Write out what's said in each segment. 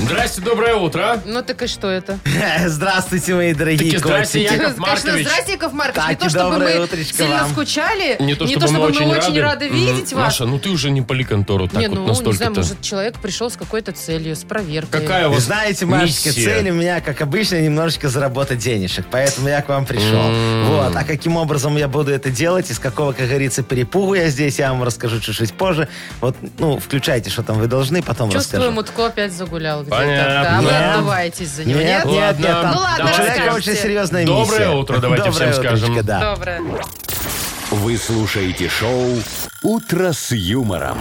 Здрасте, доброе утро. Ну так и что это? Здравствуйте, мои дорогие Таки здрасте, котики. Яков Конечно, Маркович. здрасте, Яков Маркович. Не Так, то, чтобы доброе мы утречко сильно вам. скучали, Не то, чтобы, мы, очень рады. видеть Мгм. вас. Маша, ну ты уже не пали контору так не, вот ну, не знаю, настолько-то. может, человек пришел с какой-то целью, с проверкой. Какая у Вы вас знаете, Машечка, миссия? цель у меня, как обычно, немножечко заработать денежек. Поэтому я к вам пришел. Вот. А каким образом я буду это делать, из какого, как говорится, перепугу я здесь, я вам расскажу чуть-чуть позже. Вот, ну, включайте, что там вы должны, потом Чувствую, расскажу. Мутко опять загулял где-то. Понятно. Да, вы Нет. отдуваетесь за него, нет? Нет, нет, нет. Ладно. там Ну ладно, у человека расскажете. очень серьезная миссия. Доброе утро, давайте Доброе всем утречко, скажем. да. Доброе. Вы слушаете шоу «Утро с юмором».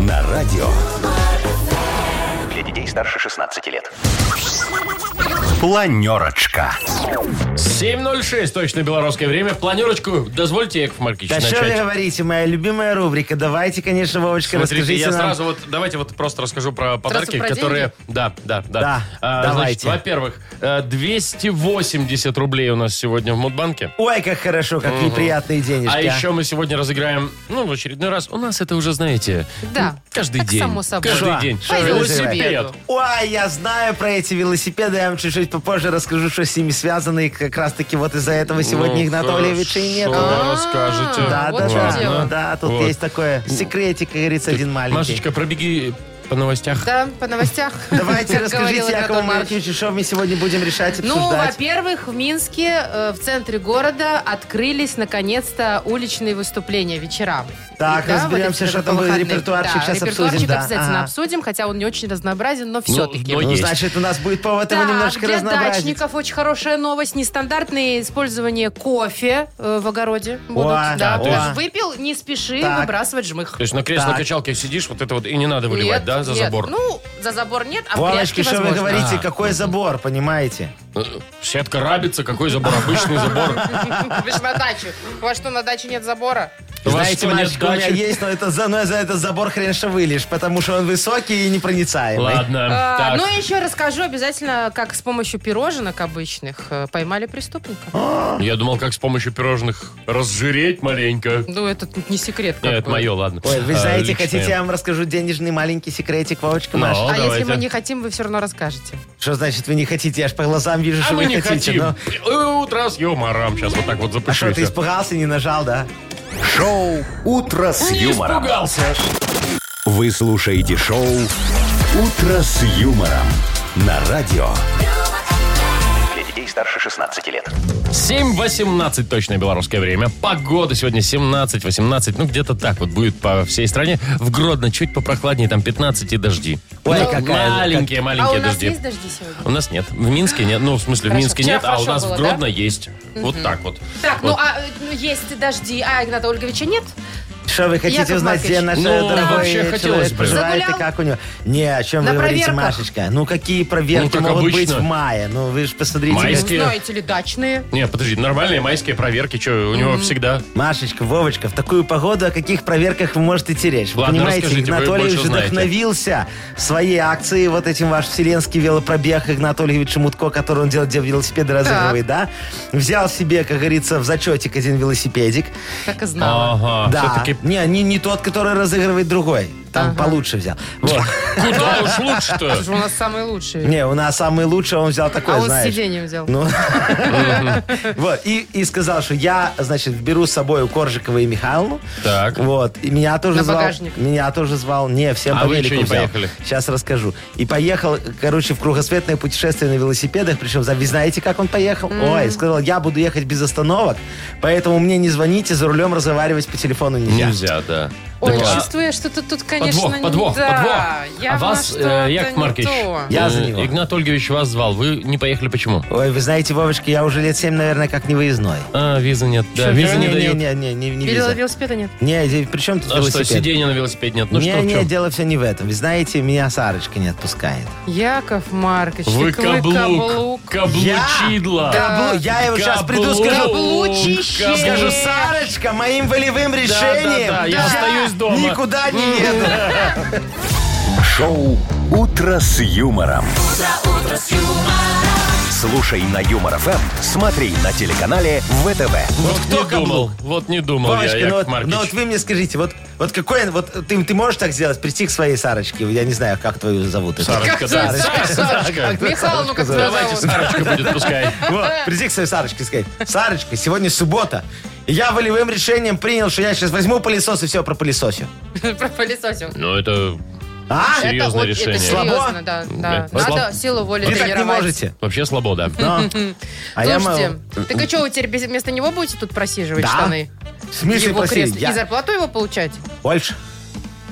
На радио. Для детей старше 16 лет. Планерочка. 7.06, точно белорусское время. Планерочку дозвольте, Яков Маркович, Да что вы начать. говорите, моя любимая рубрика. Давайте, конечно, Вовочка, Смотрите, расскажите я нам. сразу вот, давайте вот просто расскажу про подарки, про которые... Да, да, да. Да, А, значит, давайте. во-первых, э, 280 рублей у нас сегодня в Мудбанке. Ой, как хорошо, как неприятные денежки. А еще мы сегодня разыграем, ну, в очередной раз. У нас это уже, знаете, Да. ну, каждый Так день. само собой. Каждый Шо? день. Шо По велосипед? велосипеду. Ой, я знаю про эти велосипеды. Я вам чуть-чуть попозже расскажу, что с ними связано. И как раз-таки вот из-за этого сегодня Ну, Игната Олевича и нет. А, хорошо, расскажете. Да, вот да, в чем дело. да. Да, тут Вот. есть такое секретик, как говорится, один маленький. Машечка, пробеги по новостях. Да, по новостях. Давайте Как говорил расскажите Игнат Якову Ольгович. Марковичу, что мы сегодня будем решать, Ну, обсуждать. во-первых, в Минске, э, в центре города, открылись наконец-то уличные выступления вечера. Так, И, да, вот разберемся, эти что там будет, выходные. репертуарчик Да, сейчас репертуарчик обсудим, да. обязательно Ага. обсудим, хотя он не очень разнообразен, но все-таки. но ну, есть. значит, у нас будет повод его Так, немножко для разнообразить. дачников очень хорошая новость. Нестандартное использование кофе э, в огороде будут. О, да, о. то есть выпил, не спеши Так. выбрасывать жмых. То есть на кресло-качалке качалке сидишь, вот это вот, и не надо выливать, Нет, да, за нет. забор? Ну, за забор нет, а в Вовочки, грядке что вы возможно. говорите, А. какой забор, понимаете? Сетка рабится, какой забор? Обычный забор. Вы же на даче. У вас что, на даче нет забора? У вас Знаете, что, нет Машечка, у меня дачи? есть, но, это, за- но за этот забор хрен что вылишь, потому что он высокий и непроницаемый. Ладно, А, Э, так. ну и еще расскажу обязательно, как с помощью пироженок обычных э, поймали преступника. Я думал, как с помощью пирожных разжиреть маленько. Ну, это тут не секрет. как Нет, это бы. мое, ладно. Ой, вы А, знаете, личное. хотите, я вам расскажу денежный маленький секретик, Вовочка, Ну, Маша? А если давайте. мы не хотим, вы все равно расскажете. Что значит вы не хотите? Я ж по глазам вижу, А что мы вы не хотите. хотим. но- Э, Утро с юмором. Сейчас вот так вот А запущу. что, ты и всё. испугался, не нажал, да? Шоу «Утро с Не юмором». испугался. Вы слушаете шоу «Утро с юмором» на радио. Для детей старше 16 лет. 7.18 точное белорусское время. Погода сегодня 17-18. Ну, где-то так вот будет по всей стране. В Гродно чуть попрохладнее, там 15 и дожди. Ой, Ну, какая же, маленькие, а у маленькие нас дожди. есть дожди сегодня? У нас нет. В Минске нет. Ну, в смысле, в Хорошо. Минске Вчера нет, а у хорошо нас было, в да? Гродно есть. Вот так вот. Так, ну Вот. а э, ну, есть дожди, а Игната Ольговича нет? Что вы хотите Яков узнать, где наш Маркович, э, ну, дорогой вообще человек хотелось бы. проживает и Загулял? как у него? Не, о чем На вы говорите, проверках? Машечка? Ну, какие проверки как могут быть обычно. в мае? Ну, вы же посмотрите. как- Майские. Какие? Ну, знаете ли, дачные. Не, подожди, нормальные майские проверки. Что, у него всегда... Машечка, Вовочка, в такую погоду о каких проверках вы можете идти речь? Вы Ладно, понимаете, расскажите, вы Игнатольевич больше знаете. вдохновился своей акцией, вот этим ваш вселенский велопробег Игнатольевича Мутко, который он делает, где велосипеды разыгрывает, да? Взял себе, как говорится, в зачетик один велосипедик. Так и знала. Ага, да. все-таки... Не, не, не тот, который разыгрывает другой. Там получше взял. Вот. Куда уж лучше-то? Потому что у нас самые лучшие. Не, у нас самый лучший, он взял такой, а он с знаешь. сиденьем взял. Ну, вот, и, и сказал, что я, значит, беру с собой Коржикова и Михайловну. Так. Вот, и меня тоже На звал. багажник. Меня тоже звал. Не, всем А по вы велику чё не взял. поехали? Сейчас расскажу. И поехал, короче, в кругосветное путешествие на велосипедах, причем, за- вы знаете, как он поехал? Ой, сказал, я буду ехать без остановок, поэтому мне не звоните, за рулем разговаривать по телефону нельзя. Нельзя, да. Ой, Так, а- чувствую я, что-то тут, конечно, подвох, подвох, не да. подвох. Явно а вас, что-то э, Яков не Маркович, то. Я за э, него. Игнат Ольгович вас звал, вы не поехали почему? Ой, вы знаете, Вовочка, я уже лет 7, наверное, как невыездной. А, визы нет. Да, Чё, визы не не, дают. не, не, не, не Перело- виза. Велосипеда нет. Не, и при чем тут А что, велосипед? сиденья на велосипеде нет? Ну не, что, в не, чем? дело все не в этом. Вы знаете, меня Сарочка не отпускает. Яков Маркович, Вы так вы каблук. Каблучидло. Я, Каблу- я его сейчас приду, скажу. Каблучище. Скажу, Сарочка, моим волевым Да, да, решением. да, я Да. остаюсь из дома. М-м-м. Никуда не еду. Шоу «Утро с юмором». Слушай на Юмор ФМ, смотри на телеканале ВТВ. Вот кто не думал? думал. Вот не думал я, Вовочка, ну Яков вот, Маркович. ну вот вы мне скажите, вот, вот какой, вот ты, ты можешь так сделать, прийти к своей Сарочке, я не знаю, как твою зовут. эту. Сарочка, Как да. зовут? Сарочка. Михаил, ну как тебя Давайте зовут? Сарочка будет, пускай. Вот, прийти к своей Сарочке и сказать, Сарочка, сегодня суббота, и я волевым решением принял, что я сейчас возьму пылесос и все пропылесосю. Пропылесосим. Ну, это А? Серьезно? Серьезное решение. Это Слабо? серьезно, да. да. Нет. Слабо. Надо силу воли Вы так не тренировать. можете. вообще свобода. Ну, а я Слушайте, могу. так а что, вы теперь без- вместо него будете тут просиживать Да. штаны? В смысле, Его прости, кресло. И я зарплату его получать? больше.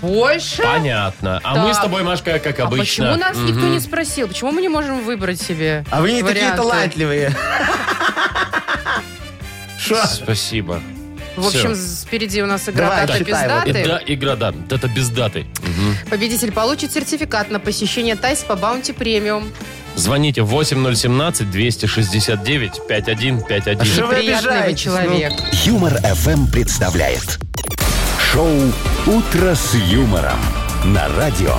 Больше? Понятно. А Да. мы с тобой, Машка, как А обычно. почему нас М. никто не спросил? Почему мы не можем выбрать себе А вы не такие варианты? талантливые. Шо? Спасибо. В Всё. общем, с- впереди у нас игра Давай, «Дата без читай вот И даты». Э, да, игра, да. Это без даты. Победитель получит сертификат на посещение Тайс по Баунти Премиум. Звоните 8017-269-5151. Что Приятный вы вы обижаетесь, ну? человек. Юмор ФМ представляет шоу Утро с юмором на радио.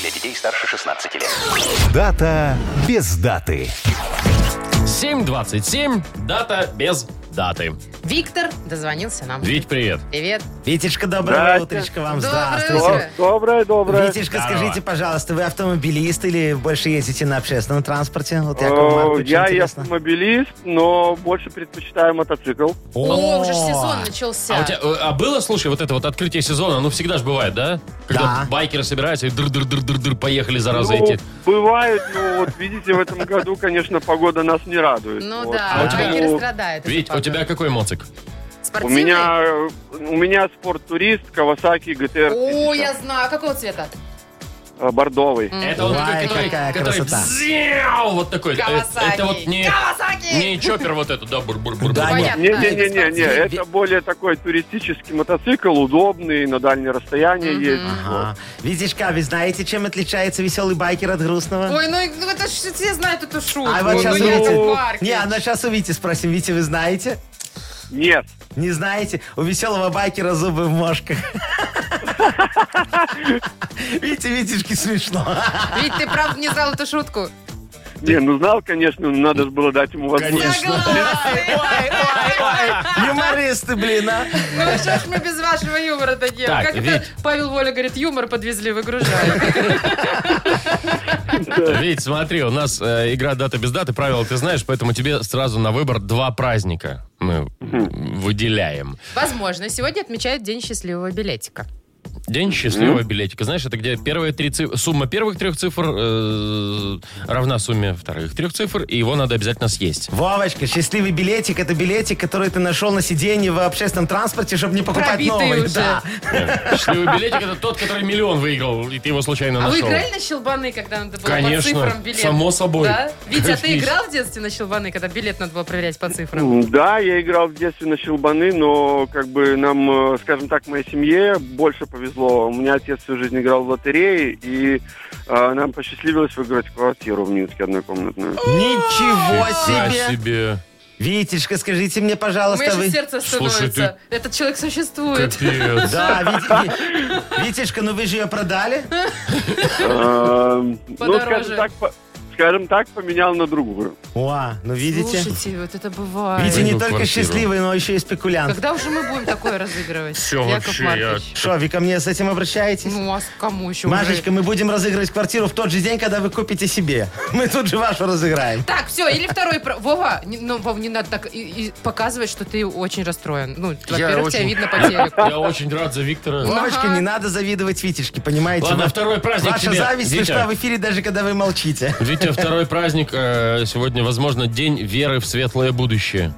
Для детей старше 16 лет. Дата без даты. 727. Дата без даты. Виктор дозвонился нам. Вить, привет. Привет. Витечка, доброе утречко вам. Доброе Здравствуйте. утро. Доброе, доброе. Витечка, Здорово. скажите, пожалуйста, вы автомобилист или больше ездите на общественном транспорте? Вот Якову Э, Марковичу Я и интересно. автомобилист, но больше предпочитаю мотоцикл. О, уже ж сезон начался. А, у тебя, э, а было, слушай, вот это вот открытие сезона, ну всегда же бывает, да? Когда Да. байкеры собираются и дыр-дыр-дыр-дыр-дыр поехали, зараза, Ну, эти. бывает, ну вот видите, в этом году, конечно, погода нас не радует. Ну Вот. да, А у тебя- байкеры Ну, страдают. Вить, у тебя какой моцик? У Спортивный? меня, э, у меня спорт-турист Кавасаки ГТР О, я знаю. А какого цвета? э, бордовый. Это он Ой, такой, который, какая который красота. бзяу, вот такой. Э, Кавасаки. Это вот не, Кавасаки! не чоппер вот этот, да, бур-бур-бур. Да, бур-бур. Понятно. Не-не-не-не, не, это более такой туристический мотоцикл, удобный, на дальнее расстояние ездить. Ага. Витечка, а вы знаете, чем отличается веселый байкер от грустного? Ой, ну и- ну это ж все знают эту шутку. а вот сейчас ну, увидите. Яков Ну, Маркович. Не, а она сейчас у Вити спросим. Вити, вы знаете? Нет, Не знаете? У веселого байкера зубы в мошках. Витя, Витечке смешно. Вить, ты правда не знал эту шутку? не, ну знал, конечно, но надо же было дать ему возможность. Согласен. Юмористы, блин, а. Ну что ж мы без вашего юмора-то делаем? Так, Как это Вить. Павел Воля говорит, юмор подвезли, выгружаем. Вить, смотри, у нас э, игра «Дата без даты», правила ты знаешь, поэтому тебе сразу на выбор два праздника мы м, выделяем. Возможно, сегодня отмечают День счастливого билетика. День счастливого билетика. Знаешь, это где первые три цифры, сумма первых трех цифр э, равна сумме вторых трех цифр, и его надо обязательно съесть. Вовочка, счастливый билетик – это билетик, который ты нашел на сиденье в общественном транспорте, чтобы не покупать Пробитый новый. уже. Да. Счастливый билетик это тот, который миллион выиграл, и ты его случайно А вы нашел. играли на щелбаны, когда надо было Конечно, по цифрам билет? само собой. Да? Витя, а ты Конечно. играл в детстве на щелбаны, когда билет надо было проверять по цифрам? М, Да, я играл в детстве на щелбаны, но как бы нам, э, скажем так, моей семье больше повезло. У меня отец всю жизнь играл в лотереи, и э, нам посчастливилось выиграть квартиру в Минске однокомнатную. Ничего Нифига себе! себе. Витечка, скажите У мне, меня пожалуйста, же вы... сердце Слушай, становится. Этот человек существует. Капец. Да, Ви- Ви- Витечка, ну вы же ее продали? Э, Ну, Подороже. скажем так, по- скажем так, поменял на другую. О, ну видите? Слушайте, вот это бывает. Витя не Выиграл только квартиру. счастливый, но еще и спекулянт. Когда уже мы будем такое разыгрывать? Всё, Яков вообще, Маркович? Что, вы ко мне с этим обращаетесь? Ну, а с кому еще? уже? Машечка, мы будем разыгрывать квартиру в тот же день, когда вы купите себе. Мы тут же вашу разыграем. Так, все, или второй... про- Вова, не, ну, Вов, не надо так и- и показывать, что ты очень расстроен. Ну, во-первых, тебя очень- видно по телеку. Я очень рад за Виктора. Вовочка, не надо завидовать Витечке, понимаете? Ладно, Ва- второй праздник Ваша тебе, зависть Витя. слышна в эфире, даже когда вы молчите. Витя, второй праздник э, сегодня, возможно, день веры в светлое будущее.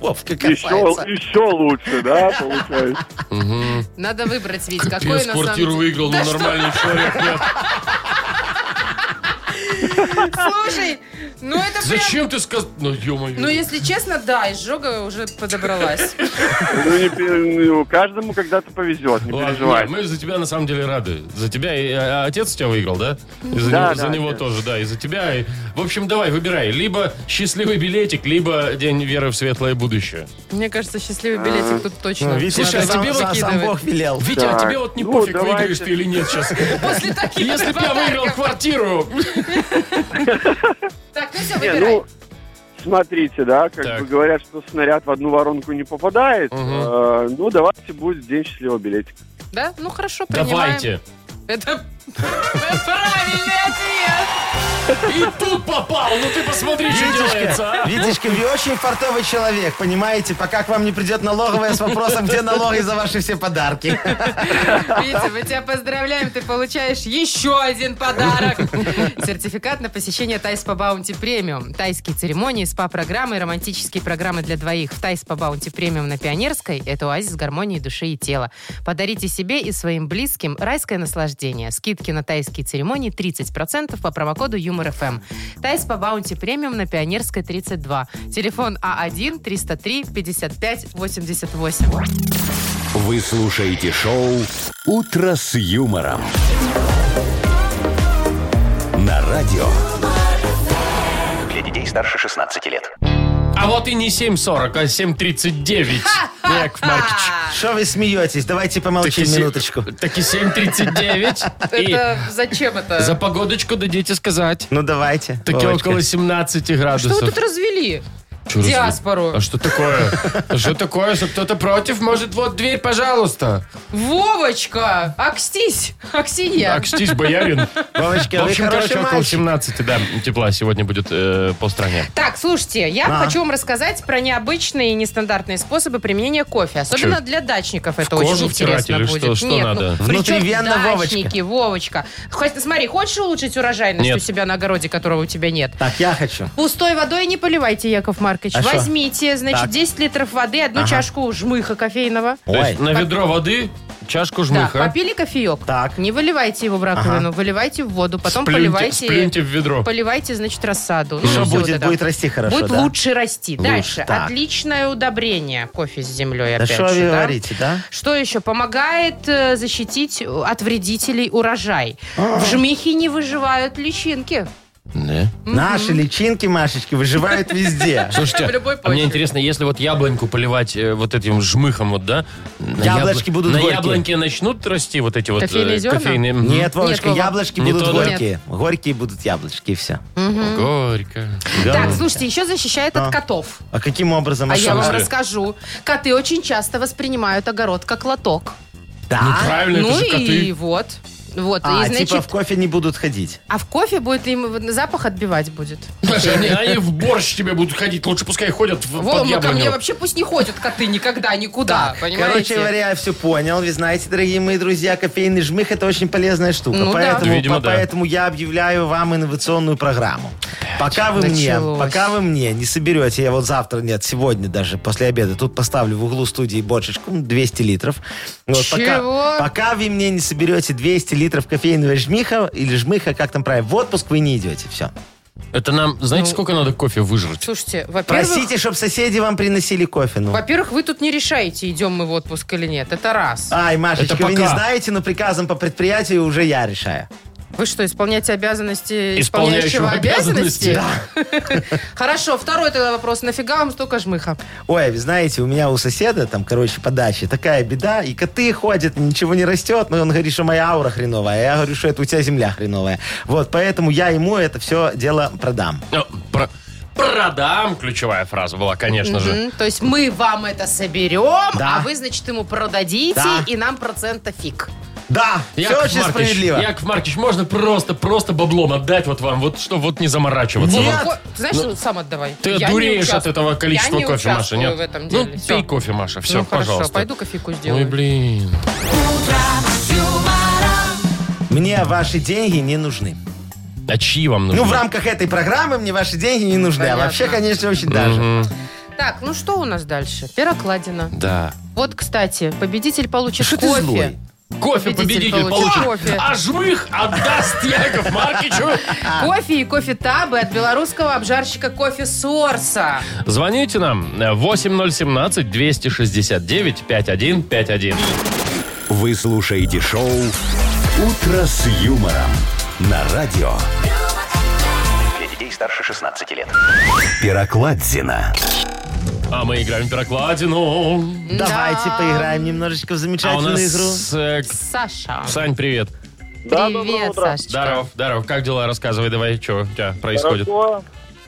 Вовка Еще, копается. еще лучше, да, получается. Надо выбрать, Вить, какой Пес на самом квартиру деле- выиграл, но Да что нормальный человек нет. слушай, ну это прям... Зачем ты сказал? Ну, ё-моё. Ну, если честно, да, изжога уже подобралась. Ну, не пе- ну, каждому когда-то повезет, не Ладно, переживай. нет, мы за тебя на самом деле рады. За тебя и а, отец у тебя выиграл, да? И за Да, него, за да, него отец. тоже, да, и за тебя. И- В общем, давай, выбирай. Либо счастливый билетик, либо день веры в светлое будущее. Мне кажется, счастливый билетик тут точно. Ну, видишь, Слушай, а надо сам, тебе сам- сам выкидывать. Бог велел. Витя, а Так, тебе вот не ну, пофиг, давайте. выиграешь ты или нет сейчас. После таких Если бы я подарков. выиграл квартиру, Так, ну все, Не, выбирай. ну, смотрите, да, как Так. бы говорят, что снаряд в одну воронку не попадает. Э, ну, давайте будет день счастливого билетика. Да? Ну хорошо, принимаем. давайте. Это правильный ответ. И тут попал, ну ты посмотри, что делается, Витечка, а. Витечка, вы очень фартовый человек, понимаете? Пока к вам не придет налоговая с вопросом, где налоги за ваши все подарки. Витя, мы тебя поздравляем, ты получаешь еще один подарок. Сертификат на посещение Тайс по Баунти Премиум. Тайские церемонии, спа-программы, и романтические программы для двоих. В Тайс по Баунти Премиум на Пионерской – это оазис гармонии души и тела. Подарите себе и своим близким райское наслаждение. Скидки на тайские церемонии 30% по промокоду Юмор ФМ. Тайс по Баунти Премиум на Пионерской 32. Телефон А А1 303 55 88. Вы слушаете шоу «Утро с юмором». На радио. Для детей старше 16 лет. А вот и не 7.40, а 7.39. Яков Маркич. Что вы смеетесь? Давайте помолчим се- минуточку. Так и 7.39. Это зачем это? И за погодочку дадите сказать. Ну давайте. Таки Вовочка. около 17 градусов. Что вы тут развели? Чё разве- Диаспору. А что такое? А Что такое? Что кто-то против? Может, вот дверь, пожалуйста. Вовочка, акстись, аксинья. Акстись, боярин. Вовочка, В вы общем, хороший короче, около мальчик. 17, да, тепла сегодня будет э, по стране. Так, слушайте, я А. хочу вам рассказать про необычные и нестандартные способы применения кофе. Особенно Чё? для дачников это кожу очень втирать интересно или будет. что? Что Нет, надо? Ну, при чём Внутривенно, Вовочка. дачники, Вовочка. Хоть, смотри, хочешь улучшить урожайность Нет. у себя на огороде, которого у тебя нет? Так, я хочу. Пустой водой не поливайте, Яков Маркович. А шо? Возьмите, значит, Так. 10 литров воды, одну чашку жмыха кофейного. То Ой. есть на ведро воды, чашку Да, жмыха. попили кофеек. Так. Не выливайте его в раковину, выливайте в воду, потом сплюньте- поливайте. сплюньте в ведро. Поливайте, значит, рассаду. И всё что вот будет? это. Будет расти хорошо, Будет да? лучше расти. Лучше, Дальше. так. Отличное удобрение кофе с землей. Да опять что вы же, да? говорите, да? Что еще? Помогает э, защитить э, от вредителей урожай. А. В жмихе не выживают личинки. Да. Наши личинки, Машечки, выживают везде. Слушайте, В любой а мне почве. интересно, если вот яблоньку поливать э, вот этим жмыхом, вот, да? на Яблочки ябл- будут На горькие. яблоньке начнут расти вот эти вот э, Кофейные зерна? кофейные... М, Нет, Вовочка, Вова. яблочки Не будут то, да? горькие. Горькие будут яблочки, и все. Горько. Так, слушайте, еще защищает А. от котов. А каким образом? А что я вы вам сделали? расскажу. Коты очень часто воспринимают огород как лоток. Ну, Да? правильно, это ну же и коты. вот. Вот, и А, значит, типа в кофе не будут ходить. а в кофе будет им запах отбивать будет. Слушай, Они, они в борщ тебе будут ходить, лучше пускай ходят в, Во, Ну, под ну, ко мне яблоню. вообще пусть не ходят коты никогда, никуда, понимаете? Короче говоря, я все понял. Вы знаете, дорогие мои друзья, кофейный жмых это очень полезная штука. Ну да. поэтому, Видимо, по- да. поэтому я объявляю вам инновационную программу. Пока вы, мне, Началось. пока вы мне не соберете, я вот завтра, нет, сегодня даже, после обеда, тут поставлю в углу студии бочечку, ну, 200 литров. Вот, Чего? Пока, пока вы мне не соберете 200 литров кофейного жмиха, или жмыха, как там правильно, в отпуск вы не идете, все. Это нам, знаете, Ну. сколько надо кофе выжрать? Слушайте, во-первых, Просите, чтобы соседи вам приносили кофе, ну. во-первых, вы тут не решаете, идем мы в отпуск или нет. Это раз. А- Ай, Машечка, Это вы не пока. знаете, но приказом по предприятию уже я решаю. Вы что, исполняете обязанности Исполняющего исполняющего, обязанности? обязанности? Хорошо, второй тогда вопрос. Нафига вам столько жмыха? Ой, вы знаете, у меня у соседа там, короче, по даче такая беда, и коты ходят, ничего не растет, но он говорит, что моя аура хреновая, а я говорю, что это у тебя земля хреновая. Вот, поэтому я ему это все дело продам. Ну, про- Продам, ключевая фраза была, конечно же. Мгм. То есть мы вам это соберем, Да. а вы, значит, ему продадите, Да. и нам процента фиг. Да, все очень Маркич, справедливо. Яков Маркич, можно просто, просто баблом отдать вот вам, вот что вот не заморачиваться. Нет. Вот. Ко- Ты знаешь, сам отдавай. Ну, Ты Я не дуреешь от участвую. этого количества Я не кофе, Маша, участвую нет? в этом ну, деле. Всё. пей кофе, Маша, все, ну, пожалуйста. хорошо, пойду кофейку Ой, сделаю. блин. Мне ваши деньги не нужны. А чьи вам нужны? Ну, в рамках этой программы мне ваши деньги не нужны, Понятно. а вообще, конечно, очень даже. Мгм. Так, ну что у нас дальше? Пирокладина. Да. Вот, кстати, победитель получит Что ты кофе. злой? Кофе победитель, Победитель получит. получит кофе. А жмых отдаст Яков Маркичу. Кофе и кофе табы от белорусского обжарщика кофе Сорса. Звоните нам 8017-269-5151. Вы слушаете шоу «Утро с юмором» на радио Для детей старше 16 лет. Пирокладзина. А мы играем в пирокладину. Давайте Да. поиграем немножечко в А у замечательную нас... игру. э, Саша. Сань, привет. Да, доброе Привет, утро. Сашечка. Здоров, здоров. Как дела? Рассказывай давай, что у тебя происходит. Хорошо.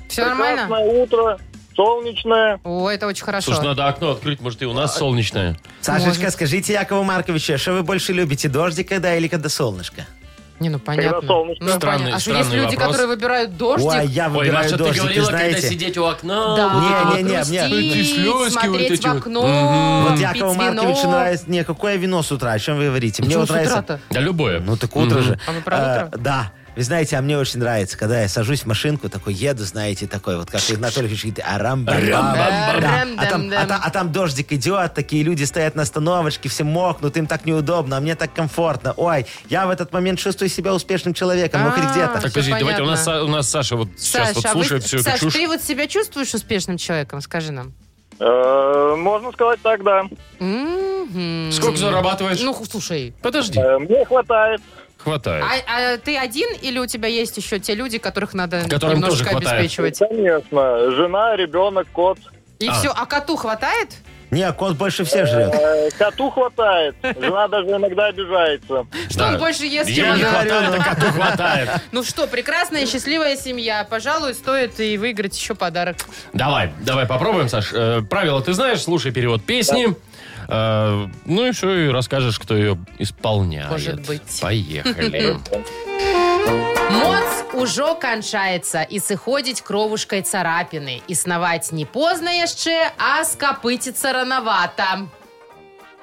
Все нормально? Прекрасное утро, солнечное. О, это очень хорошо. Слушай, надо окно открыть, может, и у нас солнечное. Сашечка, Может. скажите Якову Марковичу, что вы больше любите, дождик когда или когда солнышко? Не, ну понятно. Когда солнышко. Ну, Странный- понятно. А что есть странный люди, вопрос. которые выбирают дождик? Ой, я Ой, выбираю Маша, ты дождик, говорила, когда знаете. сидеть у окна. Да, Не, не, не, не. грустить, Эти слезки вот смотреть эти в вот. окно, Вот А, пить Якову вино. Марковичу нравится... Не, какое вино с утра? О чем вы говорите? Ну, Мне чего вот с нравится... утра-то? Да любое. Ну так утро же. А вы про Э, утро? Да. Вы знаете, а мне очень нравится, когда я сажусь в машинку, такой еду, знаете, такой, вот как Игнатолий говорит, арам бам, бам». Арам-бам-бам. Да. а, там, Арам-дам-дам. а та- а там дождик идет, такие люди стоят на остановочке, все мокнут, им так неудобно, а мне так комфортно. Ой, я в этот момент чувствую себя успешным человеком, ну хоть А, где-то. Так, всё подожди, давайте, у нас, понятно. Са- у нас Саша вот сейчас Саша, вот а вы- слушает всю эту Саш, чушь. ты вот себя чувствуешь успешным человеком? Скажи нам. Э, Можно сказать так, да. Мгм. Сколько зарабатываешь? Ну, а ху- слушай, подожди, Э, Мне хватает. хватает. а, а ты один или у тебя есть еще те люди, которых надо Которым тоже немножко хватает. обеспечивать? Конечно. Жена, ребенок, кот. И А. все. А коту хватает? Не, кот больше всех жрет. Э, Коту хватает. Жена даже иногда обижается. Что Да. он больше ест, чем Ей не она? хватает, а коту хватает. Ну что, прекрасная счастливая семья. Пожалуй, стоит и выиграть еще подарок. Давай, давай попробуем, Саш. Э, правила ты знаешь, слушай перевод песни. Э, ну и все, и расскажешь, кто ее исполняет. Может быть. Поехали. Моц ужо канчаецца і сыходзіць кровушкай царапіны. Існаваць не позна яшчэ, а скапыціцца ранавата.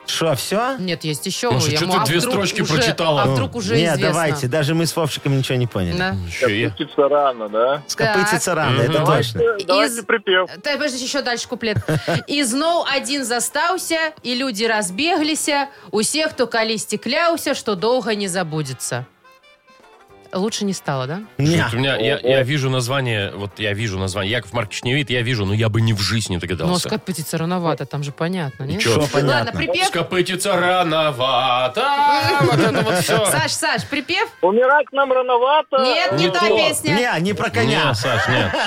Что, все? Нет, есть еще. Маша, я чё ему- а ты две вдруг строчки уже- прочитала? А вдруг уже Не, известно. давайте, даже мы с Вовчиком ничего не поняли. Да. Еще я- Птица рано, да? Скопытится рано, это Мгм. точно. Э, Давайте Из- припев. Та, подожди, еще дальше куплет. І зноў один застаўся, і людзі разбегліся, усе, хто калісьці кляўся, што доўга не забудзецца. Лучше не стало, да? Не. Чё-то У меня, я, я вижу название, вот я вижу название. Яков Маркович не видит, я вижу, но я бы ни в жизни не Но догадался. скапыціцца а рановато, там же понятно, нет? Чё? Что, Ладно, понятно. припев. Скопытица рановато. Вот это вот все. Саш, Саш, припев? Умирать нам рановато. Нет, не, Не та то. песня. Не, не про Не, коня. Саш, нет.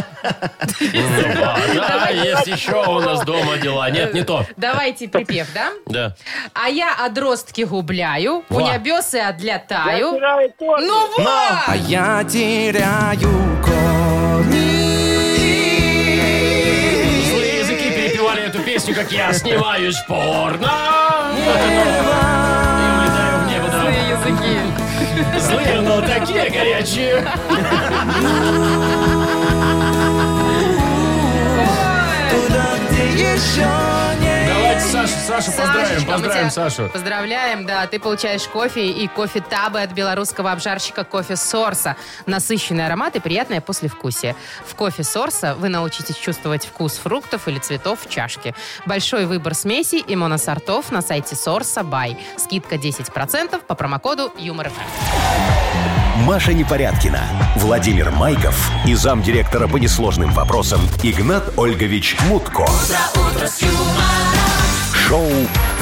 Ну, Да, есть еще у нас дома дела. Нет, не то. Давайте припев, да? Да. А я отростки губляю, у Во. нябёсы Я отлятаю. теряю корни. Ну вот! А я теряю корни. Злые языки перепевали эту песню, как я снимаюсь в порно. Вот это вот. И улетаю в небо, да. Злые языки. Злые, но такие горячие. Туда, где еще не Давайте Сашу, Сашу поздравим. Сашечка, мы Поздравим тебя Сашу. Поздравляем, да. Ты получаешь кофе и кофе табы от белорусского обжарщика кофе Сорса. Насыщенный аромат и приятное послевкусие. В кофе Сорса вы научитесь чувствовать вкус фруктов или цветов в чашке. Большой выбор смесей и моносортов на сайте Сорса Бай. Скидка 10% по промокоду Юмор ФМ. Маша Непорядкина, Владимир Майков и замдиректора по несложным вопросам Игнат Ольгович Мутко. Шоу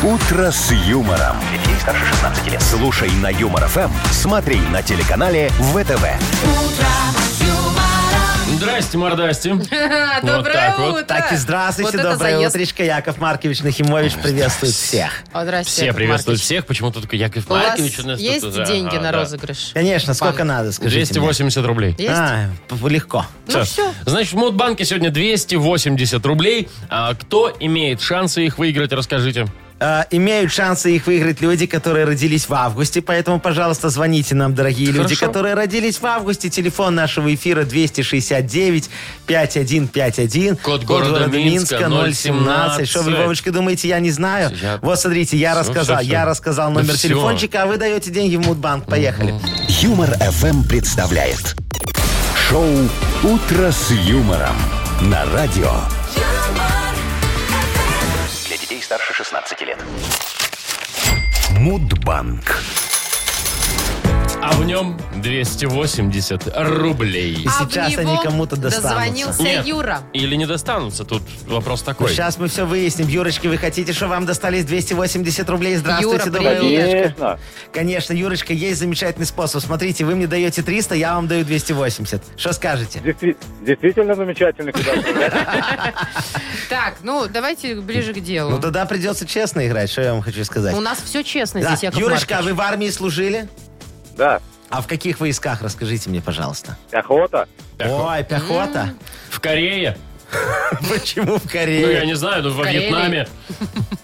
Утро с юмором. Для детей старше 16 лет. Слушай на Юмор ФМ, смотри на телеканале ВТВ. Здрасте, мордасте. А, Доброе так вот. утро. Так и здравствуйте, Вот это доброе заезд. утречко. Яков Маркович Нахимович приветствует всех. О, здрасте, Все Яков приветствуют Маркович. всех. Почему-то только Яков У вас Маркович у нас тут есть уже. деньги Ага, на да. розыгрыш? Конечно, сколько Банк. надо, скажите мне. 280 рублей. Есть? А, п- легко. ну Всё. все. Значит, в Мудбанке сегодня 280 рублей. А кто имеет шансы их выиграть, расскажите. Э, имеют шансы их выиграть люди, которые родились в августе, поэтому, пожалуйста, звоните нам, дорогие люди, Хорошо. которые родились в августе. Телефон нашего эфира 269-5151. Код города Минска 017. Что вы, Вовочка, думаете, я не знаю? Я- Вот, смотрите, я Всё, рассказал, всё, всё. я рассказал Да номер всё. телефончика, а вы даете деньги в Мудбанк. Поехали. Юмор ФМ представляет шоу Утро с юмором на радио. Для детей старше 16 лет. Мудбанк. А в нем 280 рублей. И А в сейчас него они кому-то достанутся. дозвонился Нет. Юра. Или не достанутся, тут вопрос такой. Ну, Сейчас мы все выясним. Юрочки, вы хотите, что вам достались 280 рублей? Здравствуйте, Юра, доброе привет. утро. Конечно. Конечно, Юрочка, есть замечательный способ. Смотрите, вы мне даете 300, я вам даю 280. Что скажете? Действи- Действительно замечательный куда Так, ну давайте ближе к Ну делу. тогда придется честно играть, что я вам хочу сказать. У нас все честно Да, Ну, здесь, Яков Юрочка, а Маркович. вы в армии служили? Да. А в каких войсках, расскажите мне, пожалуйста. Охота. Пехо- Ой, пехота? В Корее? Почему Ну, в я Корее? не знаю, ну, во Корее. Вьетнаме.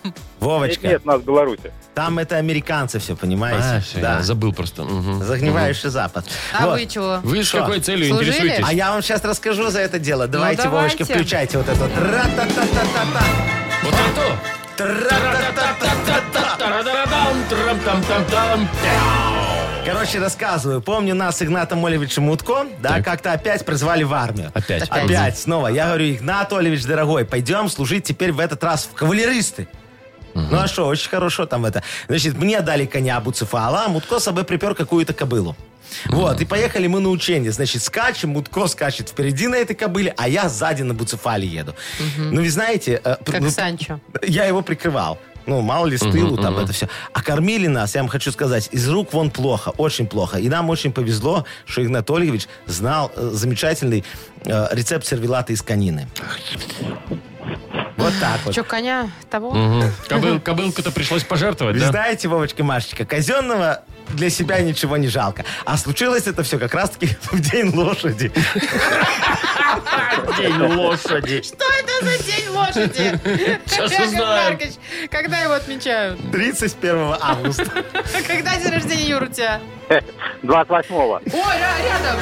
Нет, Вовочка, нет, нас в Беларуси. там это американцы все, А, понимаете? всё, Да. я забыл просто. Мгм. Загнивающий запад. А Вот. вы чего? Вы с Что? какой целью Служили? интересуетесь? А я вам сейчас расскажу за это дело. Давайте, давайте. Вовочка, включайте вот это. вот. Тра-та-та-та-та-та. А Вот это? Тра-та-та-та-та-та. Тарадарадам, трам-там-там-там. Короче, рассказываю. Помню, нас с Игнатом Олевичем Мутко, да, как-то опять призвали в армию. Опять. Опять, снова. Я говорю, Игнат Олевич, дорогой, пойдем служить теперь в этот раз в кавалеристы. Ну а что, очень хорошо там это. Значит, мне дали коня Буцефала, а Мутко с собой припер какую-то кобылу. Вот, и поехали мы на учение. Значит, скачем, Мутко скачет впереди на этой кобыле, а я сзади на Буцефале еду. Ну, вы знаете... э, Как ну, Санчо. я его прикрывал. Ну, мало ли, с тылу там это все. А кормили нас, я вам хочу сказать, из рук вон плохо, очень плохо. И нам очень повезло, что Игнатольевич знал э, замечательный э, рецепт сервелата из конины. Вот так вот. Че, коня того? Мгм. Кобыл- Кобылку-то пришлось пожертвовать, Вы да? знаете, Вовочка и Машечка, казенного для себя ничего не жалко. А случилось это все как раз-таки в день лошади. День лошади. Что это за день лошади? Сейчас Яков узнаем. Маркович, когда его отмечают? 31 августа. Когда день рождения Юра у тебя? 28-го. Ой, ря- рядом.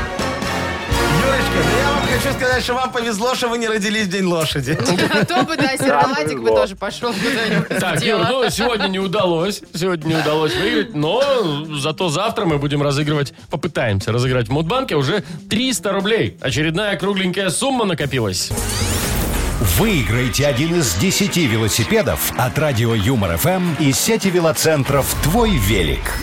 Юрочка, ну я вам хочу сказать, что вам повезло, что вы не родились в день лошади. А то бы, да, сердолатик бы повезло. тоже пошел куда-нибудь. в Так, Юр, дело. ну сегодня не удалось. Сегодня не удалось выиграть, но зато завтра мы будем разыгрывать, попытаемся разыграть в Мудбанке уже 300 рублей. Очередная кругленькая сумма накопилась. Выиграйте один из 10 велосипедов от радио Юмор ФМ и сети велоцентров «Твой велик».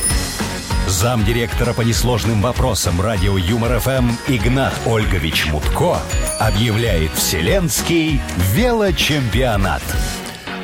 Замдиректора по несложным вопросам радио Юмор ФМ Игнат Ольгович Мутко объявляет Вселенский велочемпионат.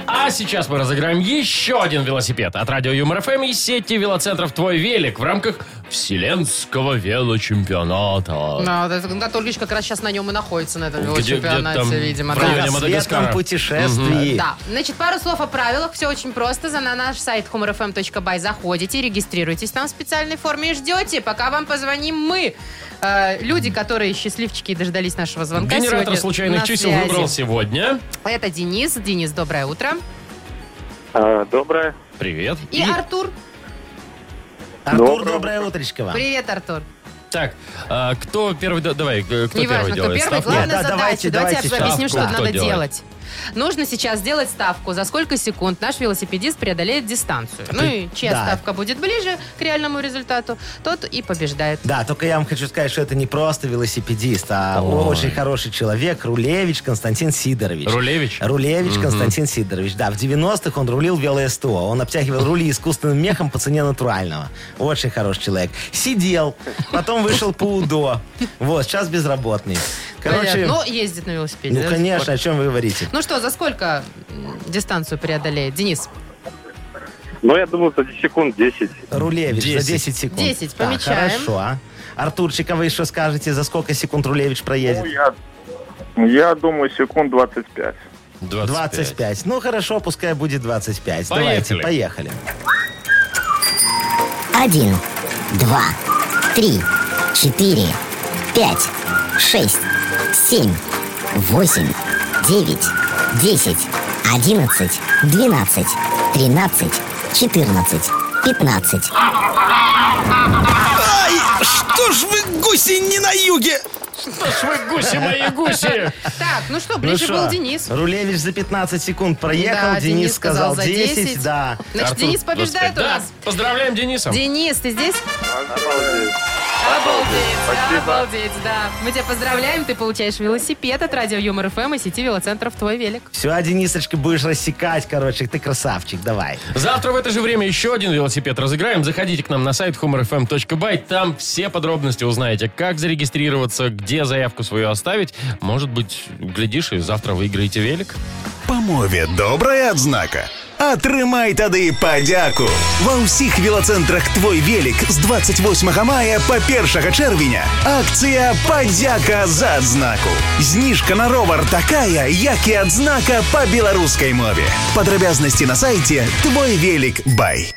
А сейчас мы разыграем еще один велосипед от радио Юмор ФМ и сети велоцентров «Твой велик» в рамках Вселенского велочемпионата. Ну, вот это Игнат Ильич как раз сейчас на нем и находится, на этом Где- где там велочемпионате, видимо. в да. районе В Мадагаскара. светлом путешествии. Да. Значит, пару слов о правилах. Все очень просто. За на наш сайт humorfm.by заходите, регистрируйтесь там в специальной форме и ждете, пока вам позвоним мы. Э, люди, которые счастливчики и дождались нашего звонка Генератор сегодня случайных на чисел связи. выбрал сегодня. Это Денис. Денис, доброе утро. А, Доброе. Привет. И Артур. Артур, Доброе доброе утречко А. вам. Привет, Артур. Так, а, кто первый... да- Давай, э, кто первый Неважно, кто делает первый. ставку? Главная Да, задача. давайте, Давайте, давайте я объясним, ставку. что Кто надо делает? делать. Нужно сейчас сделать ставку, за сколько секунд наш велосипедист преодолеет дистанцию. Ну и чья да. ставка будет ближе к реальному результату, тот и побеждает. Да, только я вам хочу сказать, что это не просто велосипедист, а очень хороший человек, Рулевич Константин Сидорович. Рулевич? Рулевич Константин Сидорович, да. В 90-х он рулил велосто. Он обтягивал рули искусственным мехом по цене натурального. Очень хороший человек. Сидел, потом вышел по УДО. Вот, сейчас безработный. Короче, Понятно. Но ездит на велосипеде. ну, да, до сих конечно, пор. о чем вы говорите. Ну что, за сколько м, дистанцию преодолеет? Денис, Ну, я думаю, за секунд 10. Рулевич за 10. 10 секунд. 10, Так, помечаем. хорошо. Артурчика, вы что скажете, за сколько секунд Рулевич проедет? я, я думаю, секунд 25. 25. Ну хорошо, пускай будет 25. Давайте, Поехали. поехали. Один, два, три, четыре, пять, шесть, семь, восемь, девять, десять, одиннадцать, двенадцать, тринадцать, четырнадцать, пятнадцать. Что ж вы, гуси, не на юге? Вы гуси мои, гуси! так, ну что, ближе Ну был шо, Денис. Рулевич за 15 секунд проехал, Да, Денис, сказал за 10, да. Значит, Артур, Денис побеждает 25. у Да, нас. Поздравляем Дениса. Денис, ты здесь? Обалдеть, да, обалдеть, да. Мы тебя поздравляем, ты получаешь велосипед от радио Юмор ФМ и сети велоцентров «Твой велик». Все, Денисочка, будешь рассекать, короче, ты красавчик, давай. Завтра в это же время еще один велосипед разыграем. Заходите к нам на сайт humorfm.by. Там все подробности узнаете, как зарегистрироваться, где заявку свою оставить. Может быть, глядишь, и завтра выиграете велик. Памове добрая адзнака. Атрымай тады падзяку. Ва ўсіх велацэнтрах твой велик з 28 мая па 1 чэрвеня. Акцыя падзяка за адзнаку. Зніжка на ровар такая, як і адзнака па беларускай мове. Падрабязнасці на сайце твой велик бай.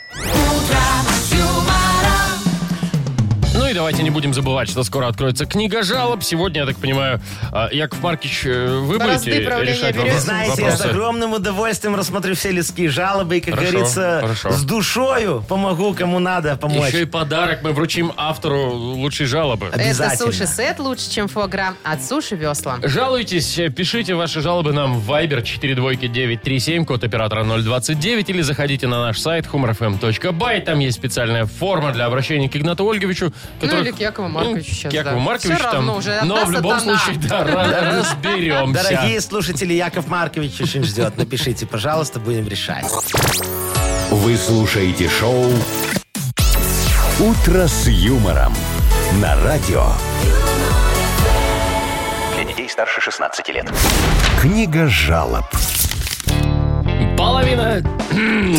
Ну и давайте не будем забывать, что скоро откроется книга жалоб. Сегодня, я так понимаю, а, Яков Маркич, э, вы Бразды будете правления решать берете? Вы вопрос- знаете, я с вопросы? огромным удовольствием рассмотрю все людские жалобы и, как Хорошо, говорится, хорошо. с душою помогу, кому надо помочь. Еще и подарок мы вручим автору лучшей жалобы. Это Обязательно. суши-сет лучше, чем фуагра от суши-весла. Жалуйтесь, э, пишите ваши жалобы нам в Viber 42937, код оператора 029, или заходите на наш сайт humorfm.by. Там есть специальная форма для обращения к Игнату Ольговичу. которых- Ну, или к Якову Марковичу Ну, сейчас, К Якову да. Марковичу Всё равно там. уже, от но нас в любом сатана. случае, да, ра- разберемся. Дорогие слушатели, Яков Маркович очень ждет. Напишите, пожалуйста, будем решать. Вы слушаете шоу «Утро с юмором» на радио. Для детей старше 16 лет. Книга жалоб. Половина,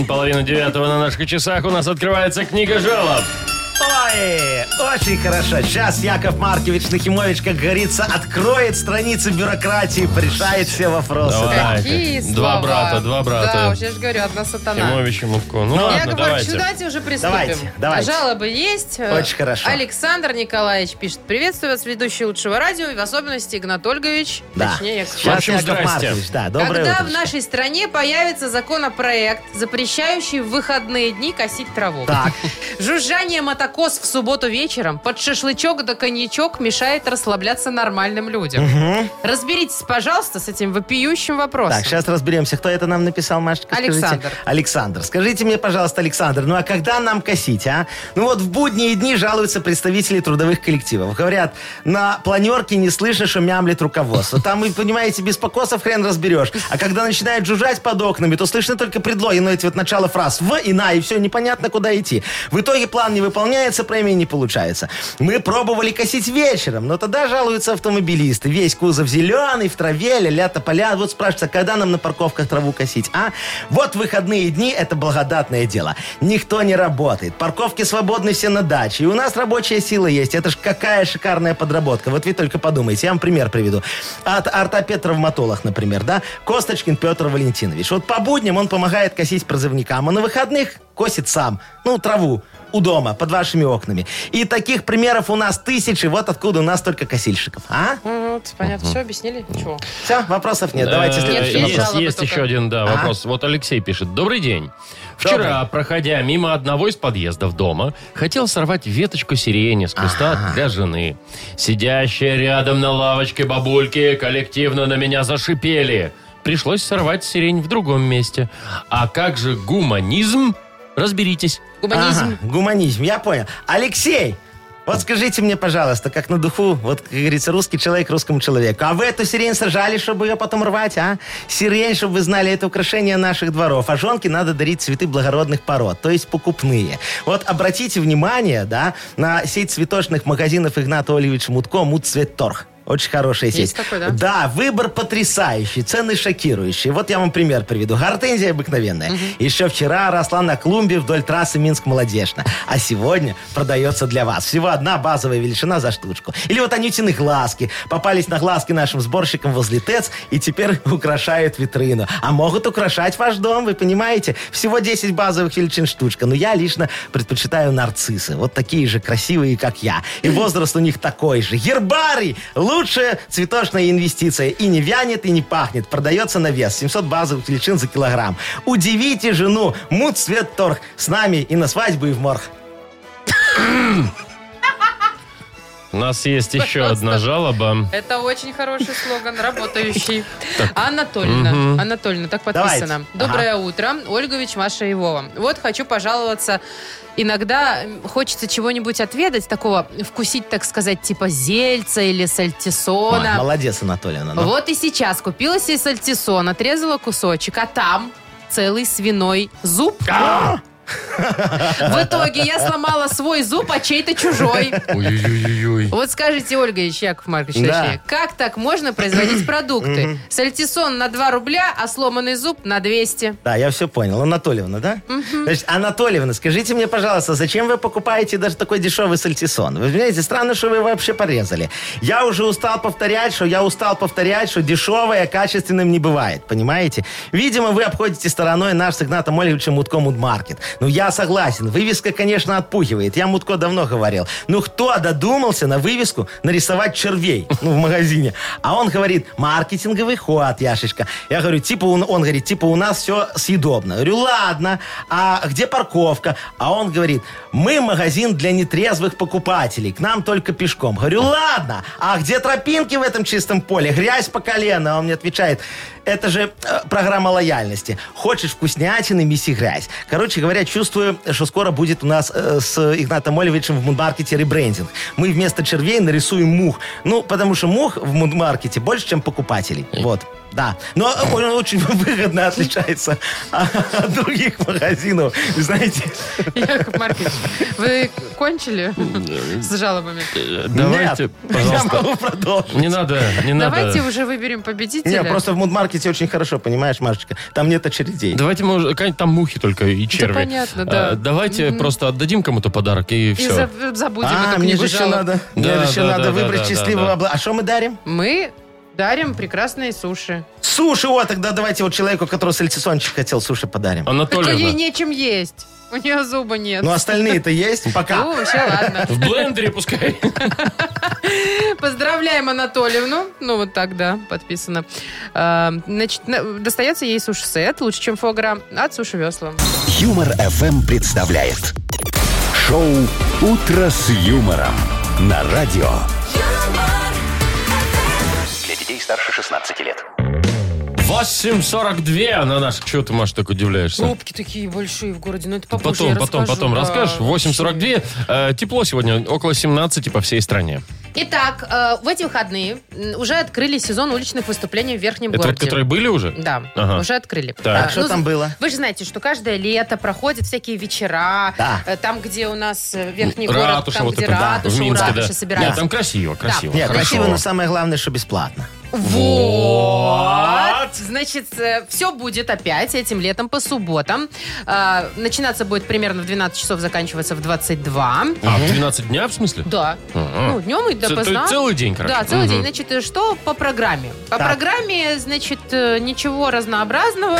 половина девятого на наших часах у нас открывается книга жалоб. Ой, очень хорошо. Сейчас Яков Маркович Нахимович, как говорится, откроет страницы бюрократии, решает все вопросы. Давай. да. Какие Два слова. брата, два брата. Да, уж я же говорю, одна сатана. Тимович и Мутко. Ну Я ладно, говорю, Маркович, ну давайте. давайте уже приступим. Давайте, давайте. Жалобы есть. Очень хорошо. Александр Николаевич пишет. Приветствую вас, ведущий лучшего радио, и в особенности Игнат Ольгович. Да. Точнее, Яков В Сейчас общем, Яков здрасте. Маркович, да, доброе Когда утро. в нашей стране появится законопроект, запрещающий в выходные дни косить траву? Так. Жужжание мотокос в субботу вечером под шашлычок да коньячок мешает расслабляться нормальным людям. Разберитесь, пожалуйста, с этим вопиющим вопросом. Так, сейчас разберемся, кто это нам написал, Машечка, скажите? Александр. Александр, скажите мне, пожалуйста, Александр, ну а когда нам косить, а? Ну вот в будние дни жалуются представители трудовых коллективов. Говорят, на планерке не слышно, что мямлит руководство. Там, вы понимаете, без покосов хрен разберешь. А когда начинает жужжать под окнами, то слышно только предлоги, ну эти вот начало фраз «в» и «на», и все, непонятно, куда идти. В итоге план не выполняется, премии не получается. Мы пробовали косить вечером, но тогда жалуются автомобилисты. Весь кузов зеленый, в траве, ля-ля, тополя. Вот спрашивается, когда нам на парковках траву косить, а? Вот выходные дни – это благодатное дело. Никто не работает. Парковки свободны все на даче. И у нас рабочая сила есть. Это ж какая шикарная подработка. Вот вы только подумайте. Я вам пример приведу. От ортопед-травматолог, например, да? Косточкин Петр Валентинович. Вот по будням он помогает косить прозывникам, а на выходных косит сам. Ну, траву у дома, под вашими окнами. И таких примеров у нас тысячи. Вот откуда у нас только косильщиков. А? Ну, вот, понятно, все объяснили? Ничего. Все, вопросов нет. Давайте Э, следующий Нет, есть, вопрос. жалобы Есть только. еще один, да, А? вопрос. Вот Алексей пишет. Добрый день. Вчера, проходя мимо одного из подъездов дома, хотел сорвать веточку сирени с куста для жены. Сидящие рядом на лавочке бабульки коллективно на меня зашипели. Пришлось сорвать сирень в другом месте. А как же гуманизм? Разберитесь. Гуманизм. Ага, гуманизм, я понял. Алексей, вот скажите мне, пожалуйста, как на духу, вот, как говорится, русский человек русскому человеку. А вы эту сирень сажали, чтобы ее потом рвать, а? Сирень, чтобы вы знали, это украшение наших дворов. А женке надо дарить цветы благородных пород, то есть покупные. Вот обратите внимание, да, на сеть цветочных магазинов Игната Ольевича Мутко «Мудцветторг». Очень хорошая сеть. Есть такой, да? Да, выбор потрясающий, цены шокирующие. Вот я вам пример приведу. Гортензия обыкновенная. Еще вчера росла на клумбе вдоль трассы Минск-Молодежна. А сегодня продается для вас. Всего одна базовая величина за штучку. Или вот анютины глазки. Попались на глазки нашим сборщикам возле ТЭЦ и теперь украшают витрину. А могут украшать ваш дом, вы понимаете? Всего 10 базовых величин штучка. Но я лично предпочитаю нарциссы. Вот такие же красивые, как я. И возраст у них такой же. Гербарий! Лучшая цветочная инвестиция. И не вянет, и не пахнет. Продается на вес. 700 базовых величин за килограмм. Удивите жену. Муд цвет торг. С нами и на свадьбу, и в морг. У нас есть еще одна жалоба. Это очень хороший слоган, работающий. Анатольевна, Анатольевна, так подписано. Давайте. Доброе утро, Ольгович, Маша и Вова. Вот хочу пожаловаться. Иногда хочется чего-нибудь отведать, такого вкусить, так сказать, типа зельца или Ой, сальтисона. Молодец, Анатольевна. ну. Вот и сейчас купила себе сальтисон, отрезала кусочек, а там целый свиной зуб. А! В итоге я сломала свой зуб, а чей-то чужой. Ой-ой-ой. Вот скажите, Ольга Ильич, Яков Маркович, Да. точнее, как так можно производить продукты? Сальтисон на 2 рубля, а сломанный зуб на 200. Да, я все понял. Анатольевна, да? Значит, Анатольевна, скажите мне, пожалуйста, зачем вы покупаете даже такой дешевый сальтисон? Вы понимаете, странно, что вы его вообще порезали. Я уже устал повторять, что я устал повторять, что дешевое качественным не бывает, понимаете? Видимо, вы обходите стороной наш с Игнатом Ольговичем Мутко Мудмаркет. Ну, я согласен, вывеска, конечно, отпугивает. Я Мутко давно говорил. Ну, кто додумался на вывеску нарисовать червей ну, в магазине? А он говорит, маркетинговый ход, Яшечка. Я говорю, типа, он, он говорит, типа, у нас все съедобно. Я говорю, ладно, а где парковка? А он говорит, мы магазин для нетрезвых покупателей, к нам только пешком. Говорю, ладно, а где тропинки в этом чистом поле? Грязь по колено. А Он мне отвечает, это же э, программа лояльности. Хочешь вкуснятины, меси грязь. Короче говоря, чувствую, что скоро будет у нас э, с Игнатом Олевичем в мудмаркете ребрендинг. Мы вместо червей нарисуем мух. Ну, потому что мух в мудмаркете больше, чем покупателей. Вот. Да. Но э, он очень выгодно отличается от других магазинов. Вы Знаете, Яков Маркович, вы кончили с жалобами? Э, Давайте, Нет, я пожалуйста. могу продолжить. Не надо, не Давайте надо. уже выберем Не, победителя. просто в мудмаркете очень хорошо, понимаешь, Машечка? Там нет очередей. Давайте, мы уже- конечно, там мухи только и черви. понятно, да. А, Давайте просто отдадим кому-то подарок и И все. заб- забудем А, эту мне книгу же еще жалоб. надо. Мне Да, же да, еще да, надо да, выбрать да, счастливого да. обла- А что мы дарим? Мы дарим прекрасные суши. Суши, о, тогда давайте вот человеку, который сальтисончик хотел, суши подарим. Только ей Анатольевна, нечем есть. У нее зуба нет. Ну, остальные-то есть? Ну, Пока. вообще ладно. в блендере пускай. Поздравляем Анатольевну. Ну, вот так, да, подписано. Э, Значит, на- достается ей суши-сет, лучше, чем фогра, от суши-весла. Юмор FM представляет шоу Утро с юмором на радио. Для детей старше 16 лет. 8.42 на наш. Чего ты, Маша, так удивляешься? Губки такие большие в городе, ну это попозже Потом, потом, я расскажу, А. потом да. расскажешь. 8.42. Э, Тепло сегодня, около 17 по всей стране. Итак, э, в эти выходные м, уже открыли сезон уличных выступлений в Верхнем Это вот, городе. которые были уже? Да, Ага. уже открыли. Так. А, Что ну, там было? Вы же знаете, что каждое лето проходят всякие вечера. Да. э, Там, где у нас э, Верхний город, Ну, Ратуша там, вот где это, да, ратуша, в Минске, у ратуши да. собираются. Нет, там красиво, красиво. Нет, хорошо. красиво, но самое главное, что бесплатно. Вот. Значит, все будет опять этим летом по субботам. Э, Начинаться будет примерно в 12 часов, заканчиваться в 22. А, в 12 дня, в смысле? Да. Ага. Ну, днем и А. Ц- то есть допоздна. целый день, короче. Да, целый Мгм. день. Значит, э, что по программе? По Так. программе, значит, э, ничего разнообразного.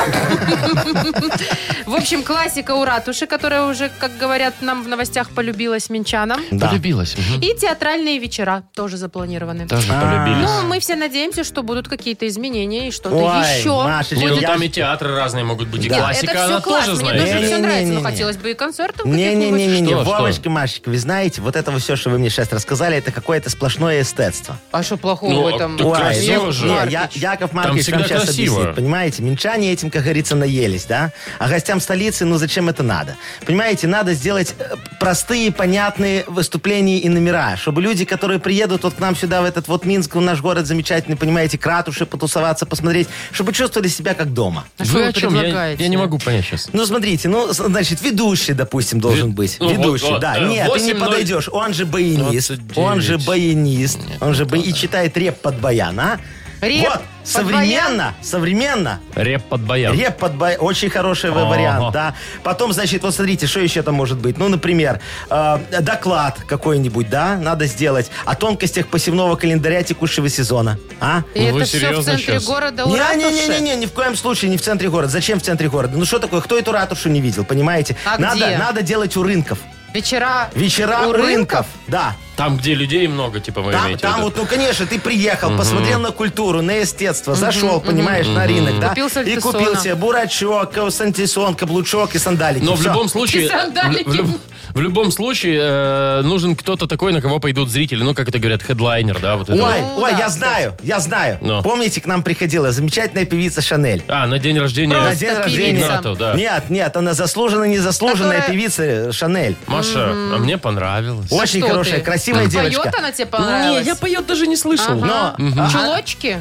В общем, классика у ратуши, которая уже, как говорят, нам в новостях полюбилась минчанам. Да. Полюбилась. мгм. И театральные вечера тоже запланированы. Даже А. полюбились. Ну, мы все надеемся, что будут какие-то изменения и что-то Ой, Не, еще. ну Машечка, я... там и театры разные могут быть, и Да. классика, это все она классно, тоже мне знает. тоже Не-не-не-не-не. все нравится, но хотелось бы и концертов каких-нибудь. Не-не-не-не, Что, что? Вовочка, Машечка, вы знаете, вот этого все, что вы мне сейчас рассказали, это какое-то сплошное эстетство. А что плохого Ну, в этом? так Ой, красиво ну, же. не, я- Яков Маркович всегда вам сейчас красиво. объяснит, понимаете? Минчане этим, как говорится, наелись, да? А гостям столицы, ну зачем это надо? Понимаете, надо сделать э, простые, понятные выступления и номера, чтобы люди, которые приедут вот к нам сюда, в этот вот Минск, в наш город замечательный, понимаете, кратуши потусоваться, посмотреть, чтобы чувствовали себя как дома. А что Вы вы о чем? Я, предлагаете? я не могу понять сейчас. Ну, смотрите, ну, с- значит, ведущий, допустим, должен Ви- быть. ну, вот, ведущий, вот, да. э, Нет, ты не 8-0. подойдешь. Он же баянист. 29. Он же баянист. он же ба- и читает реп под баян, а? Реп вот, под современно, современно. Реп под баян. Реп под баян. Очень хороший Ага. вариант, да. Потом, значит, вот смотрите, что еще там может быть. Ну, например, э, доклад какой-нибудь, да, надо сделать о тонкостях посевного календаря текущего сезона, а? И Ну, это вы все в серьезно центре щас? города у Не, не, не, не, ратуши? не, ни в коем случае не в центре города. Зачем в центре города? Ну что такое? Кто эту ратушу не видел, понимаете? А надо, где? надо делать у рынков. Вечера Вечера у рынков. Да. Там, где людей много, типа, вы Там, имеете в там виду? вот, ну, конечно, ты приехал, посмотрел на культуру, на естество, зашел, понимаешь, на рынок, да? Купил и сальтисона. купил себе бурачок, сантисон, каблучок и сандалики. Но в Всё. любом случае... И сандалики. В, типа. люб- в любом случае э, нужен кто-то такой, на кого пойдут зрители. Ну, как это говорят, хедлайнер, да? Вот это вот. Ой, Ну, ой, да, я кстати. знаю, я знаю. Ну. Помните, к нам приходила замечательная певица Шанель. А, на день Ну, рождения... На день рождения. Игнатов, да. Нет, нет, она заслуженная, незаслуженная Которая- певица э, Шанель. Маша, а мне понравилось. Очень Что хорошая, ты? красивая Ну, девочка. Поет она тебе понравилась? Не, я поет даже не слышал. Но Ага. Чулочки?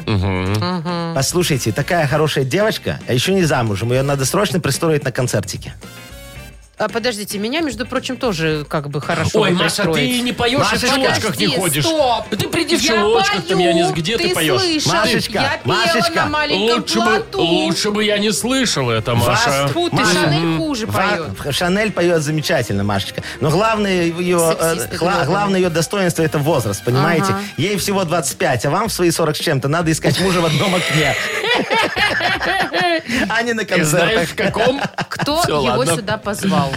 А, Послушайте, такая хорошая девочка, а еще не замужем. Ее надо срочно пристроить на концертике. А, подождите, меня, между прочим, тоже как бы хорошо Ой, бы Маша, пристроить. ты не поешь, и в Машечка, чулочках не Подожди, ходишь. стоп. Ты приди в Я чулочках, ты пою, меня не... с- Где ты, поешь? слышал? Машечка, я пела Машечка, на маленьком Лучше бы, плоту. лучше бы я не слышал это, Вас- Маша. Фу, ты Маша, Шанель хуже поет. Ва- Шанель поет замечательно, Машечка. Но главное ее, э, Сексисты хла- грёбаные. главное ее достоинство это возраст, понимаете? Ага. Ей всего 25, а вам в свои 40 с чем-то надо искать мужа в одном окне. А не на Ты знаешь, концертах. в каком? Кто Всё, его ладно. сюда позвал?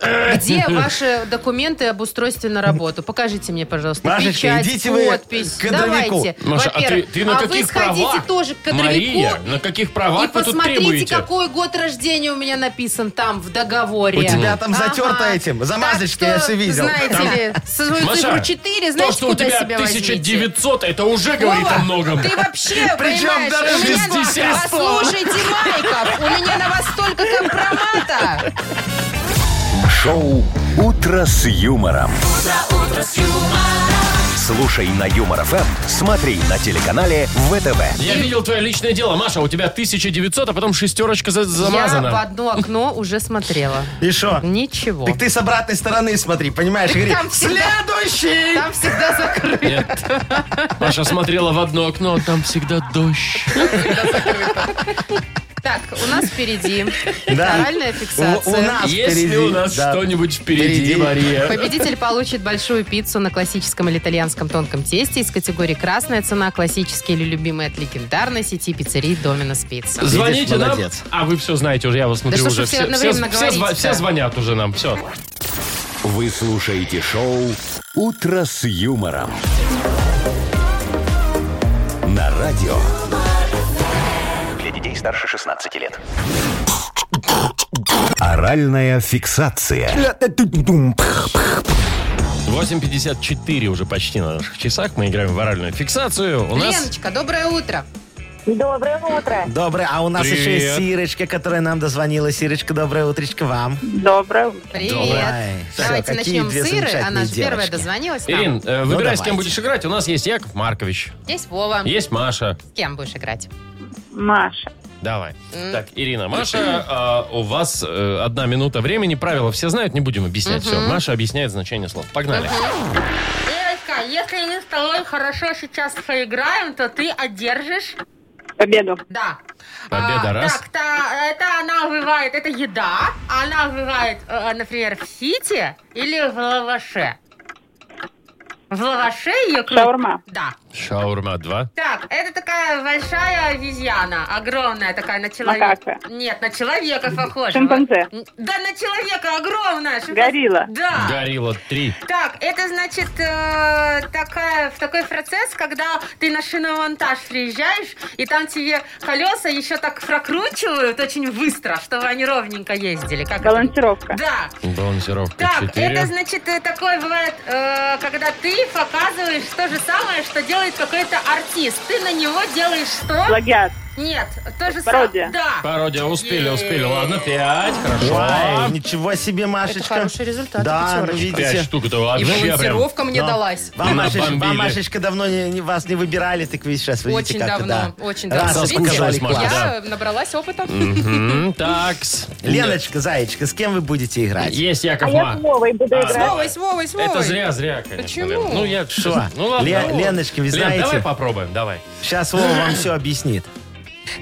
Где ваши документы об устройстве на работу? Покажите мне, пожалуйста. Машечка, Печать, идите вы подпись. к кадровику. Давайте. Маша, а ты, Во-первых. ты на а каких вы сходите правах? тоже к кадровику Мария, на каких правах и вы тут посмотрите, требуете? какой год рождения у меня написан там в договоре. У тебя там затерто Ага. этим, замазочкой, Так я что, все видел. Знаете ли, свою Маша, цифру 4, То, знаете, что у куда тебя себя возьмите? 1900, это уже говорит о Вова, многом. Ты вообще, Причем понимаешь, даже у меня- 60 Послушайте, Майков, у меня на вас столько компромата. Шоу «Утро с юмором». Слушай на Юмор ФМ, смотри на телеканале ВТВ. Я видел твое личное дело, Маша, у тебя 1900, а потом шестерочка за- Я в замазана. одно окно уже смотрела. И шо? Ничего. Так ты с обратной стороны смотри, понимаешь? Так Говори, там всегда- следующий! Там всегда закрыто. Маша смотрела в одно окно, а там всегда дождь. Так, у нас впереди Да. оральная У, у фиксация. нас Есть впереди, ли у нас да. что-нибудь впереди, Впереди. Мария? Победитель получит большую пиццу на классическом или итальянском тонком тесте из категории «Красная цена», «Классический» или «Любимый» от легендарной сети пиццерий «Доминос Пицца». Звоните нам. молодец. А вы все знаете уже, я вас смотрю что ж уже. вы все одновременно все зв- говорите-то? все звонят уже нам, все. Вы слушаете шоу «Утро с юмором». На радио Для детей старше 16 лет. «Оральная фиксация». 8.54 уже почти на наших часах. Мы играем в оральную фиксацию. У нас... Леночка, доброе утро. Доброе утро. Доброе, а у нас еще Привет. есть Сирочка, которая нам дозвонила. Сирочка, доброе утречко вам. Доброе утро. Привет. Доброе. Давайте Всё, какие начнем с две Иры. замечательные Она же первая девочки. дозвонилась нам. Ирин, э, выбирай, с кем Ну, давайте. будешь играть. У нас есть Яков Маркович, Здесь Вова. есть Маша. С кем будешь играть? Маша. Давай. М. Так, Ирина, Маша, э, у вас э, одна минута времени. Правила все знают, не будем объяснять все. Маша объясняет значение слов. Погнали. Ирочка, если мы с тобой хорошо сейчас поиграем, то ты одержишь... Победу. Да. Победа, А, раз. Так, та- это она вызывает, это еда, она вызывает, э, например, в сите или в лаваше. В лаваше ее... кру- Шаурма. Да. Шаурма 2. Так, это такая большая обезьяна, огромная такая на человека. Макака. Нет, на человека похожа. Шимпанзе. Н- Да, на человека огромная. шимпанзе. Горилла. Да. Горилла 3. Так, это значит э, такая, в такой процесс, когда ты на шиномонтаж приезжаешь, и там тебе колеса еще так прокручивают очень быстро, чтобы они ровненько ездили. Как это? Балансировка. Да. Балансировка Так, 4. это значит э, такое бывает, э, когда ты показываешь то же самое, что делает какой-то артист. Ты на него делаешь что? Плагиат. Нет, то же самое. Пародия. Да. Пародия, успели, успели. Ладно, 5. Ой, Хорошо. ничего себе, Машечка. хороший результат, Да, ну пятерочка. Пять видите. штук-то вообще прям. Балансировка мне Но далась. Вам, Набомбили. Машечка, вам, Машечка, давно не, не- вас не выбирали, так вы сейчас видите, Очень как давно, да. очень Раз давно. и Видите, показали Машка, класс. да. Я набралась опыта. Мгм, такс. Леночка, Заячка, с кем вы будете играть? Есть А Яков я с Маркович. Вовой буду А, С играть. Вовой, с Вовой, с Вовой. Это зря, зря, конечно. Почему? Лен. Ну, я... Что? Ну, ладно. Ле- Леночка, вы Лен, знаете- давай попробуем, давай. Сейчас Вова вам все объяснит.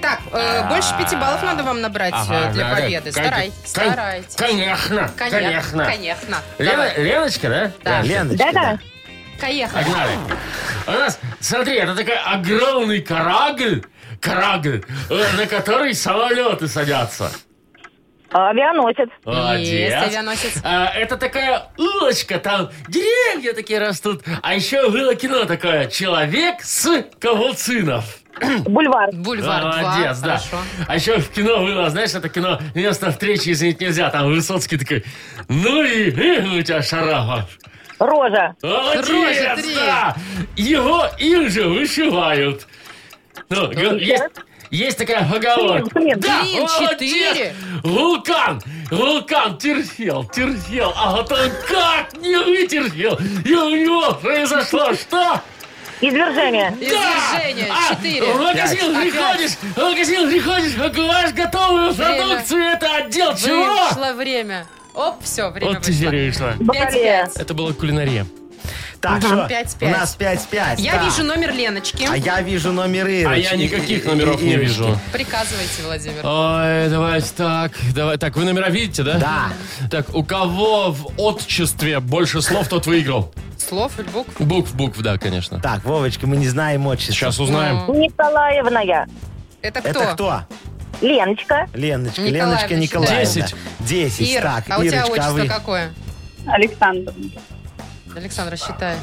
Так, э, больше пяти баллов надо вам набрать э, для ага. победы. Кон- Старай, кон- старайтесь. Конечно, Конечно, конечно. конечно. Лена- Давай, Леночка, да? Да. Леночка, Да-да. поехали. Погнали. У нас, смотри, это такой огромный корабль, корабль, э, на который самолеты садятся. Авианосец. Молодец. Есть авианосец. А, это такая улочка, там деревья такие растут. А еще было кино такое «Человек с кавалцинов». Бульвар. Бульвар Молодец, 2. да. Хорошо. А еще в кино было, знаешь, это кино «Место встречи извинить нельзя». Там Высоцкий такой «Ну и, э, у тебя Шарапов». Рожа. Молодец, Рожа три. да! Его им же вышивают. Ну, г- есть, есть такая поговорка. Клин, Да, Клин, молодец! четыре. Вулкан! Вулкан терпел, терпел, а вот он как не вытерпел! И у него произошло что? Извержение. Извержение. А, Четыре. В магазин приходишь, в магазин приходишь, выкупаешь готовую Время. продукцию, это отдел чего? Вышло время. Оп, все, время Вот теперь и вышло. Бакалея. Пять-пять. Это было кулинария. Так, что? У Пять-пять. нас 5-5. Я да. вижу номер Леночки. А я вижу номер Ирочки. А я никаких И- и- номеров не Ирочки. вижу. Приказывайте, Владимир. Ой, давайте так, давай так, вы номера видите, да? Да. Так, у кого в отчестве больше слов, тот выиграл. Слов или букв? Букв, букв, да, конечно. Так, Вовочка, мы не знаем отчество. Сейчас узнаем. Ну. Николаевна я. Это кто? Это кто? Леночка. Леночка, Николаевна Леночка Николаевна. Десять. Десять, Ир, так, а у тебя Ирочка, а отчество вы? какое? Александр. Александра, считай.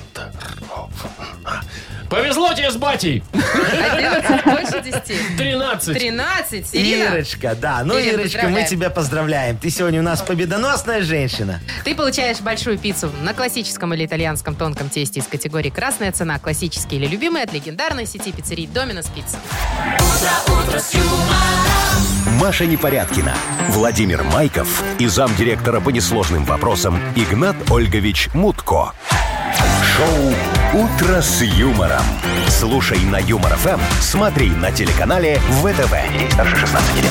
Повезло тебе с батей. 11, больше 10. 13. 13. Ирина, Ирочка, да. Ну, Ирина, Ирочка, мы поздравляем. А. тебя поздравляем. Ты сегодня у нас победоносная женщина. ты получаешь большую пиццу на классическом или итальянском тонком тесте из категории «Красная цена», «Классический» или «Любимый» от легендарной сети пиццерий «Доминос Пицца». Маша Непорядкина, Владимир Майков и замдиректора по несложным вопросам Игнат Ольгович Мутко. Шоу «Утро с юмором». Слушай на Юмор ФМ, смотри на телеканале ВТВ. Ей старше 16 лет.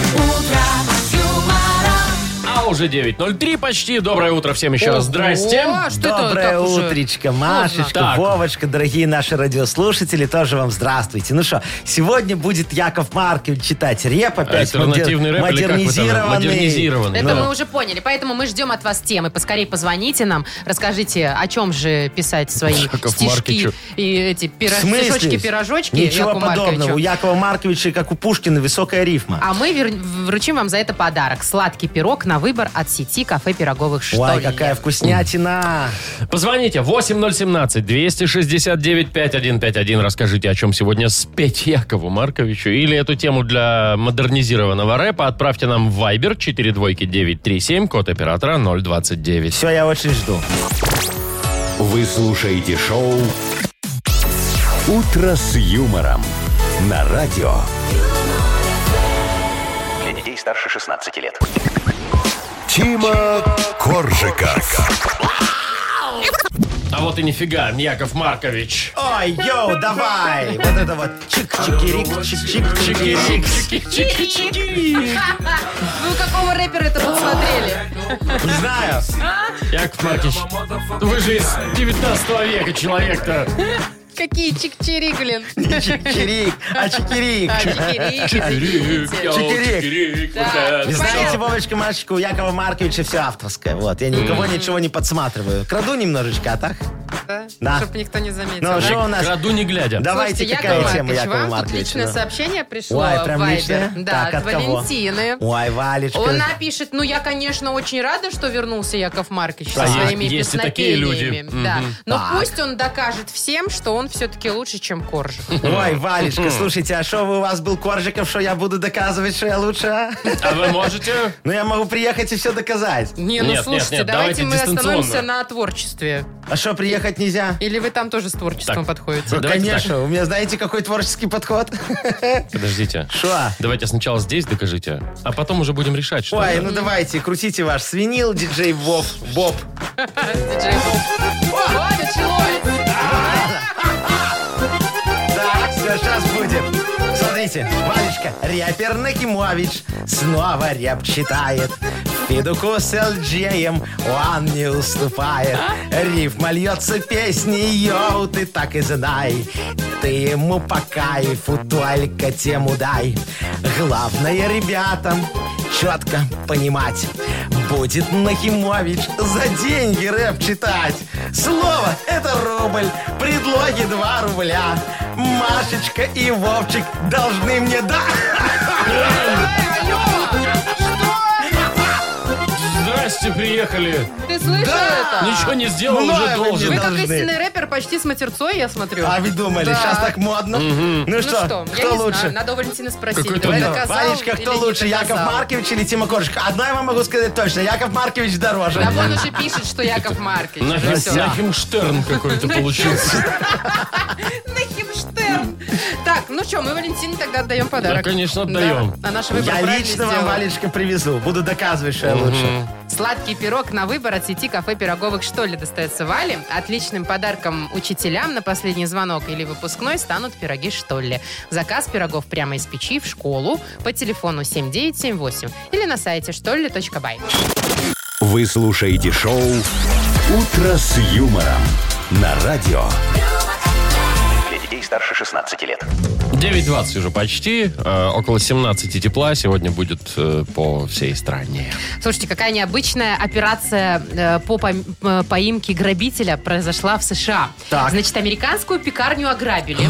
А уже 9.03 почти. Доброе утро всем еще раз. Здрасте. О, А что это Доброе так уже? утречко, Машечка, Так. Вовочка, дорогие наши радиослушатели, тоже вам здравствуйте. Ну что, сегодня будет Яков Маркович читать реп опять. Альтернативный модер- рэп или как вы там? модернизированный. Модернизированный. Это Ну. мы уже поняли, поэтому мы ждем от вас темы. Поскорее позвоните нам, расскажите, о чем же писать свои Яков стишки Маркичу. и эти В пира- смысле? пирожочки Ничего Якову подобного. Марковичу. У Якова Марковича, как у Пушкина, высокая рифма. А мы вер- вручим вам за это подарок. Сладкий пирог на выбор от сети кафе пироговых «Что Ой, ли». какая вкуснятина! Позвоните 8017-269-5151. Расскажите, о чем сегодня спеть Якову Марковичу. Или эту тему для модернизированного рэпа отправьте нам в Viber 42937, код оператора 029. Все, я очень жду. Вы слушаете шоу «Утро с юмором» на радио. Для детей старше 16 лет. Тима Коржика. А вот и нифига, Яков Маркович. Ой, йоу, давай! Вот это вот чик-чикирик, чик-чик-чикирик. Вы у какого рэпера это посмотрели? Не знаю. Яков Маркович, вы же из 19 века человек-то. Какие чик-чириглин. Не чик-чирик, а чикирик. А, чик-чирик, извините. Чикирик. Чикирик, вот Да. это. Вы знаете, Понятно. Вовочка, Машечка, у Якова Марковича все авторское. Вот, я никого ничего не подсматриваю. Краду немножечко, а так? Да. Чтоб никто не заметил. Ну, да? что у нас? Краду не глядя. Давайте, Слушайте, какая Яков тема Маркович, Якова вам тут Марковича? личное да? сообщение пришло Ой, прям в Viber. личное? Да, Так, от от кого? Валентины. Ой, Валечка. Она пишет, ну я, конечно, очень рада, что вернулся Яков Маркович со Так, своими есть и такие песнопениями. люди. Да. Мгм. Но А Так. пусть он докажет всем, что он все-таки лучше, чем Корж. Ой, Валечка, слушайте, а что вы у вас был Коржиков, что я буду доказывать, что я лучше, а? А вы можете? Ну, я могу приехать и все доказать. Не, ну Нет, нет, слушайте, нет, давайте, давайте мы остановимся дистанционно. на творчестве. А что, приехать нельзя? Или вы там тоже с творчеством Так. подходите? Давайте Конечно, у меня, знаете, какой творческий подход? Подождите. Что? Давайте сначала здесь докажите, а потом уже будем решать, что... Ой, же. ну давайте, крутите ваш свинил, диджей Вов, Боб. Диджей Боб. О, началось! Так, все, сейчас будет. Смотрите, Валечка, рэпер Накимович снова рэп читает. Федуку с Элджеем он не уступает. Рифма льется песней, йоу, ты так и знай. Ты ему по кайфу только тему дай. Главное ребятам четко понимать. Будет Нахимович за деньги рэп читать. Слово – это рубль, предлоги – 2 рубля. Машечка и Вовчик должны мне дать. гости приехали. Ты слышал Да! А. это? Ничего не сделал, Мною уже вы должен. не Вы как должны. истинный рэпер почти с матерцой, я смотрю. А вы думали, Да. сейчас так модно. Ну Ну что, что, я кто не лучше? знаю, надо у Валентины спросить. Какой-то Давай он- доказал Валечка, кто или не лучше, Яков доказал. Маркович или Тима Коржик? Одно я вам могу сказать точно, Яков Маркович дороже. Да вон уже пишет, что Яков Маркович. На Ну всё. Нахимштерн какой-то получился. Нахимштерн. Так, ну что, мы Валентине тогда отдаем подарок. Да, конечно, отдаем. Да, А наш выбор Я правильно лично вам, сделала. Валечка, привезу. Буду доказывать, что я лучше. Сладкий пирог на выбор от сети кафе «Пироговых что ли» достается Вале. Отличным подарком учителям на последний звонок или выпускной станут пироги что ли. Заказ пирогов прямо из печи в школу по телефону 7978 или на сайте что ли точка бай. Вы слушаете шоу «Утро с юмором» на радио. Для детей старше 16 лет. 9.20 уже почти, э, около 17 тепла сегодня будет э, по всей стране. Слушайте, какая необычная операция э, по пом- э, поимке грабителя произошла в США. Так. Значит, американскую пекарню ограбили.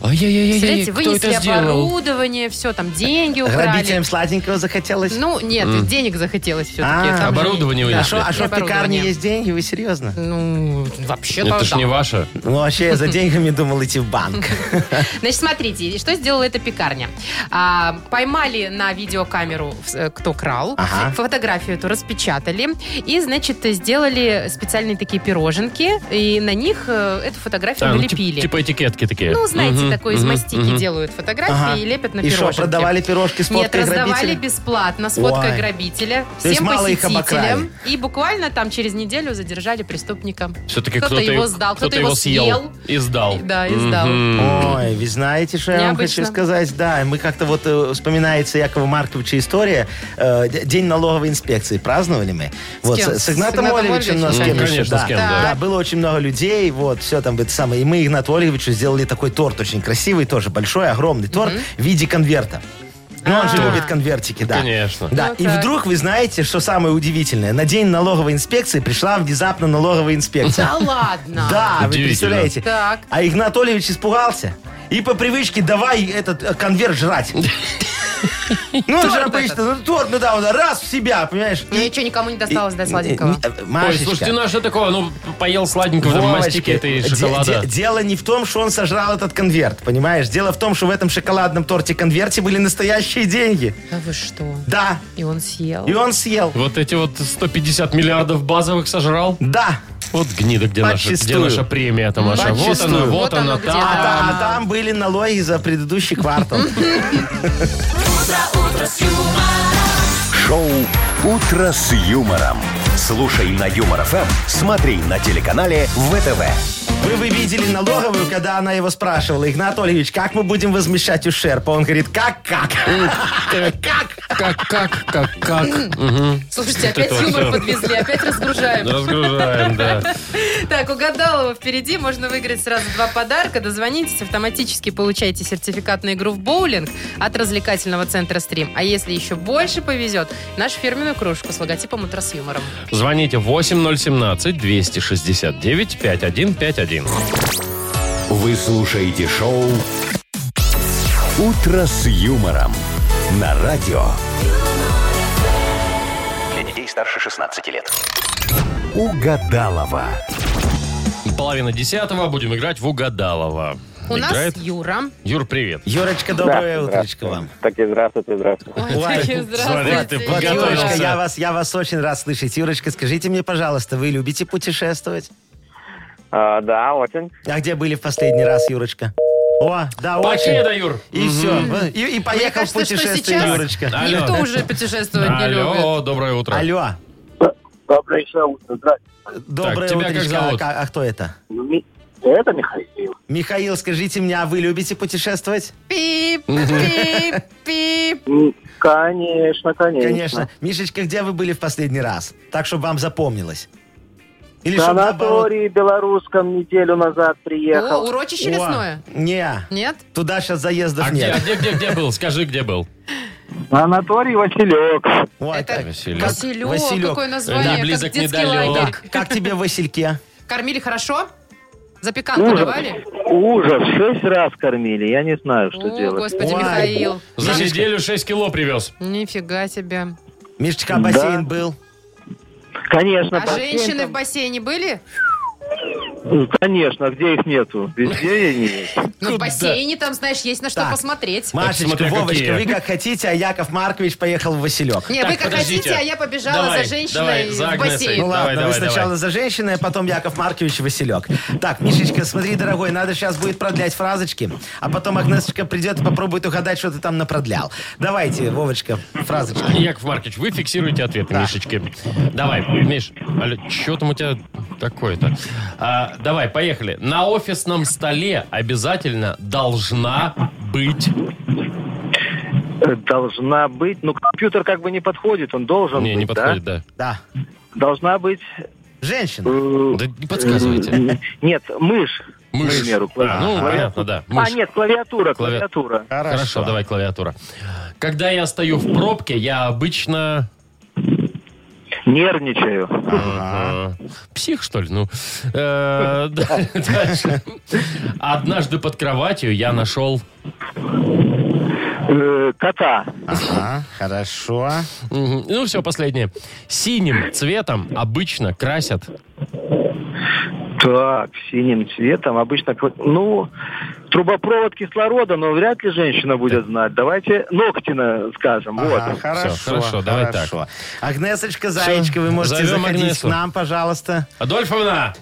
Ай-яй-яй, Представляете, кто вынесли это сделал? оборудование, все, там деньги украли. Грабителям сладенького захотелось? Ну, нет, денег захотелось все-таки. А, Оборудование а вынесли. что, а что в пекарне Оборудование. есть деньги? Вы серьезно? Ну, вообще-то Это ж да. не ваше. Ну, вообще, я за деньгами думал идти в банк. Значит, смотрите, что сделала эта пекарня. А, поймали на видеокамеру, э, кто крал, Ага. фотографию эту распечатали и, значит, сделали специальные такие пироженки, и на них э, эту фотографию А, ну, тип- налепили. типа этикетки такие. Ну, знаете, Мгм, такой из мгм, мастики мгм. делают фотографии Ага. и лепят на И что, пироженки. продавали пирожки с Нет, фоткой раздавали грабителя? бесплатно с фоткой Ой. грабителя То есть всем мало их посетителям. обокрали. и буквально там через неделю задержали преступника. Все-таки Кто-то кто-то его сдал, кто-то его съел. И сдал. Да, и сдал. Мгм. Ой, вы знаете, что я вам Необычно. хочу сказать? Да, мы как-то вот э, вспоминается Якова Марковича история. э, д- День налоговой инспекции праздновали мы. С вот, кем? С, с Игнатом С Игнатом Олеговичем, но с Ольговичем? кем Ну, еще, конечно, да. с кем, да. Да, было очень много людей, вот, все там это самое. И мы Игнату Олеговичу сделали такой торт очень красивый, тоже большой, огромный торт в виде конверта. Ну, он же А. любит конвертики, да. Конечно. Да, Ну, и так. вдруг вы знаете, что самое удивительное? На день налоговой инспекции пришла внезапно налоговая инспекция. Да ладно. Да, вы Удивительно. представляете. Так. А Игнатольевич испугался. И по привычке давай этот э, конверт жрать. Ну, он же Торт обычно, ну, торт, ну да, он раз в себя, понимаешь? Ну и что, никому не досталось до сладенького? Э, э, Ой, слушайте, ну Машечка, а что такого? Ну, поел сладенького, там Вовочка, мастики этой де- шоколада. де- Дело не в том, что он сожрал этот конверт, понимаешь? Дело в том, что в этом шоколадном торте-конверте были настоящие деньги. Да вы что? Да, И он съел. и он съел. Вот эти вот 150 миллиардов базовых сожрал. Да. Вот гнида, где наша, где Подчистую. наша премия-то, Маша. Вот Подчистую. она, вот, Вот она, оно где, там. А, та- а там были налоги за предыдущий квартал. Шоу «Утро с юмором». Слушай на Юмор ФМ, смотри на телеканале ВТВ. Вы бы видели налоговую, когда она его спрашивала, Игнат Ольевич, как мы будем возмещать ущерб? А он говорит, как-как? Как? Как, как, как, как? Мгм. Слушайте, Вот опять это вот юмор всё. подвезли, опять разгружаем. Разгружаем, да. Так, угадалово впереди. Можно выиграть сразу два подарка. Дозвонитесь, автоматически получаете сертификат на игру в боулинг от развлекательного центра «Стрим». А если еще больше повезет, нашу фирменную кружку с логотипом «Утро с юмором». Звоните 8017-269-5151. Вы слушаете шоу «Утро с юмором» на радио. Для детей старше 16 лет. Угадалова. Половина десятого. Будем играть в Угадалова. У нас Играет Юра. Юр, привет. Юрочка, доброе утречко вам. Так и здравствуйте, здравствуйте. Ой, Ой, смотри, ты такие Вот, здравствуйте. подготовился. Юрочка, я вас, я вас очень рад слышать. Юрочка, скажите мне, пожалуйста, вы любите путешествовать? А, да, очень. А где были в последний раз, Юрочка? О, да, очень. Покеда, Юр. И все. И, и Мне поехал в кажется, что путешествие, сейчас Юрочка. Алло. никто уже путешествовать не любит. Алло, доброе утро. Алло, Доброе утро, здравствуйте. Ну, доброе тебя как утречко. зовут? А, а- а кто это? Это Михаил. Михаил, скажите мне, а вы любите путешествовать? Пип, пип, пип. Конечно, конечно. Конечно. Мишечка, где вы были в последний раз? Так, чтобы вам запомнилось. Или В чтоб наоборот- санатории белорусском неделю назад О, приехал. урочище О, лесное? Не, Нет? туда сейчас заездов А где, а нет. где, где, где был? Скажи, где был. Санаторий Василек. Ой, Это как- Василек. как- Василек, Василек. какое название, Да, близок, как детский недалек. лагерь. Так, как тебе в Васильке? Кормили хорошо? Запеканку давали? Ужас, шесть раз кормили, я не знаю, что О, делать. господи, Ой. Михаил. За Мишечка. неделю 6 кило привез. Нифига себе. Мишечка, а бассейн Да. был? Конечно, А бассейн женщины там- в бассейне были? Ну, Конечно, где их нету? Везде они есть. Ну, в бассейне там, знаешь, есть на что Так, посмотреть. Машечка, смотря Вовочка, какие. вы как хотите, а Яков Маркович поехал в Василек. Не, Так, вы как подождите. хотите, а я побежала Давай, давай, за женщиной за в Агнесой. Ну бассейн. ладно, давай, вы давай. сначала за женщиной, а потом Яков Маркович и Василек. Так, Мишечка, смотри, дорогой, надо сейчас будет продлять фразочки, а потом Агнесочка придет и попробует угадать, что ты там напродлял. Давайте, Вовочка, фразочки. Яков Маркович, вы фиксируете ответы Мишечки. Давай, Миш, что там у тебя такое-то? А, давай, поехали. На офисном столе обязательно должна быть... Должна быть. Ну, компьютер как бы не подходит, он должен Не, быть, не подходит, да. Да. да? Должна быть... Женщина. э, Да не подсказывайте. э, Нет, мышь. К примеру, А, ну, клави- понятно, да. А, Мышь. нет, клавиатура, Клави- клавиатура. Хорошо. давай клавиатура. Когда я стою в пробке, я обычно... Нервничаю. э, Псих, что ли? Ну, э, да, дальше. Однажды под кроватью я нашел... Э, Кота. Ага, хорошо. Мгм. Ну, все, последнее. Синим цветом обычно красят... Так, А, синим цветом обычно... кла- Ну, трубопровод кислорода, но вряд ли женщина будет знать. Давайте ногти на- скажем. Ага, Вот. хорошо, Всё, хорошо, давай хорошо. Агнесочка, Заечка, вы можете зовем заходить Агнесу. к нам, пожалуйста. Адольфовна!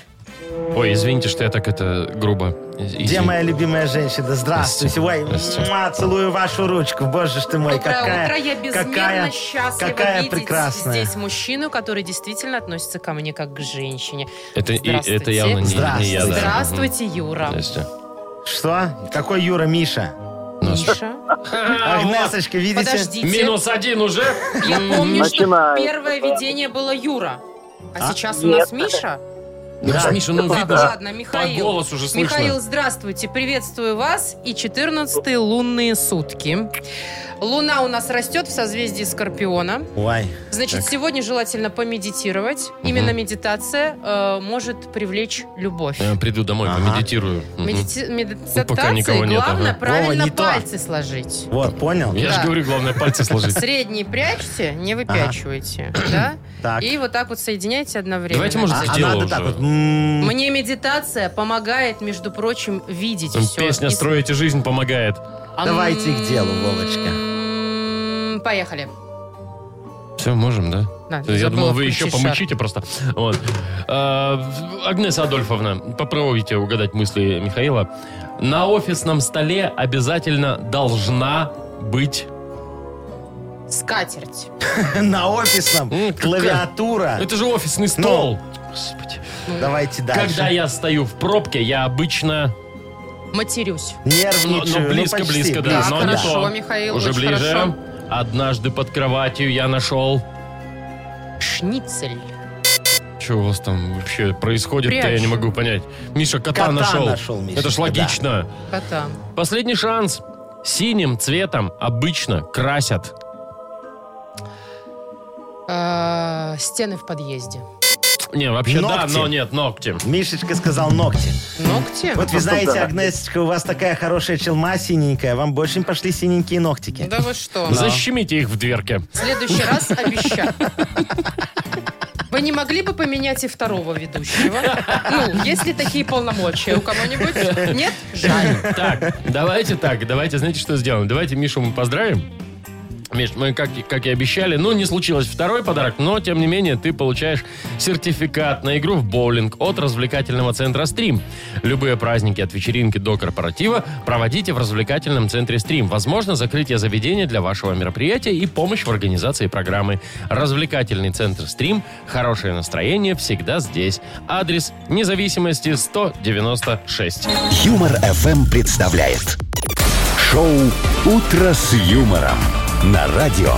Ой, извините, что я так это грубо. Из- Где извините. моя любимая женщина? Здравствуйте. Ой, Здравствуйте. муа, целую вашу ручку. Боже ж ты Ну, мой, Доброе какая, утро, я безмерно какая, счастлива какая видеть прекрасная. здесь мужчину, который действительно относится ко мне как к женщине. Это, и- Здравствуйте. это явно не, не я, да. Здравствуйте, Юра. Мгм. Здрасте. Что? Какой Юра А, Миша? Миша, Агнесочка, видите? подождите. Минус один уже. Я помню, Начинаю. что первое видение было Юра. А, сейчас у Нет. нас Миша. Да. Миша, ну Так, видно же. ладно, По Михаил. голосу уже слышно. Михаил, здравствуйте, приветствую вас и 14 лунные сутки. Луна у нас растет в созвездии Скорпиона. Ой. Значит, сегодня желательно помедитировать. Мгм. Именно медитация э, может привлечь любовь. Я приду домой, Ага. помедитирую. Мгм. Ну, Медити- Пока Медитации никого нет, главное ага. правильно Вова, не то. пальцы сложить. Вот, понял? Я же Да. говорю, главное пальцы сложить. Средние прячьте, не выпячивайте. Да? Так. И вот так вот соединяйте одновременно. Давайте, может, А, к а делу надо уже. так вот. м-м, м, Мне медитация помогает, между прочим, видеть Там все. Песня «Строите жизнь» помогает. Давайте к делу, Вовочка. Вовочка. Поехали. Все, можем, да? Да, Я забыла думал, вы включить еще шар. помучите просто. Вот. А, Агнеса Адольфовна, попробуйте угадать мысли Михаила. На офисном столе обязательно должна быть... Скатерть. На офисном М, какая- клавиатура. Это же офисный стол. Господи. Давайте Когда дальше. я стою в пробке, я обычно... Матерюсь. Но, Нервничаю. но ну, близко, почти, близко, да. Да, но не то. хорошо, Михаил, Уже очень ближе. хорошо. Однажды под кроватью я нашел... Шницель. Что у вас там вообще происходит я не Прячем. могу понять. Миша, кота, Кота нашел. нашел, Мишечка, Это ж логично. Кота. Последний шанс. Синим цветом обычно красят. А, стены в подъезде. Не, вообще да, Ногти. но нет, ногти. Мишечка сказал ногти. Ногти? Вот вы знаете, Агнесочка, у вас такая хорошая челма синенькая. Вам больше не пошли синенькие ногтики. Да вы что? Защемите их в дверке. В следующий раз обещаю. Вы не могли бы поменять и второго ведущего? Ну, есть ли такие полномочия у кого-нибудь? Нет? Жаль. Так, давайте так, давайте, знаете, что сделаем? Давайте Мишу мы поздравим. Миш, мы, как, и- как и обещали, ну, не случилось второй подарок, но, тем не менее, ты получаешь сертификат на игру в боулинг от развлекательного центра «Стрим». Любые праздники от вечеринки до корпоратива проводите в развлекательном центре «Стрим». Возможно, закрытие заведения для вашего мероприятия и помощь в организации программы. Развлекательный центр «Стрим». Хорошее настроение всегда здесь. Адрес независимости 196. Юмор FM представляет шоу Утро с юмором на радио.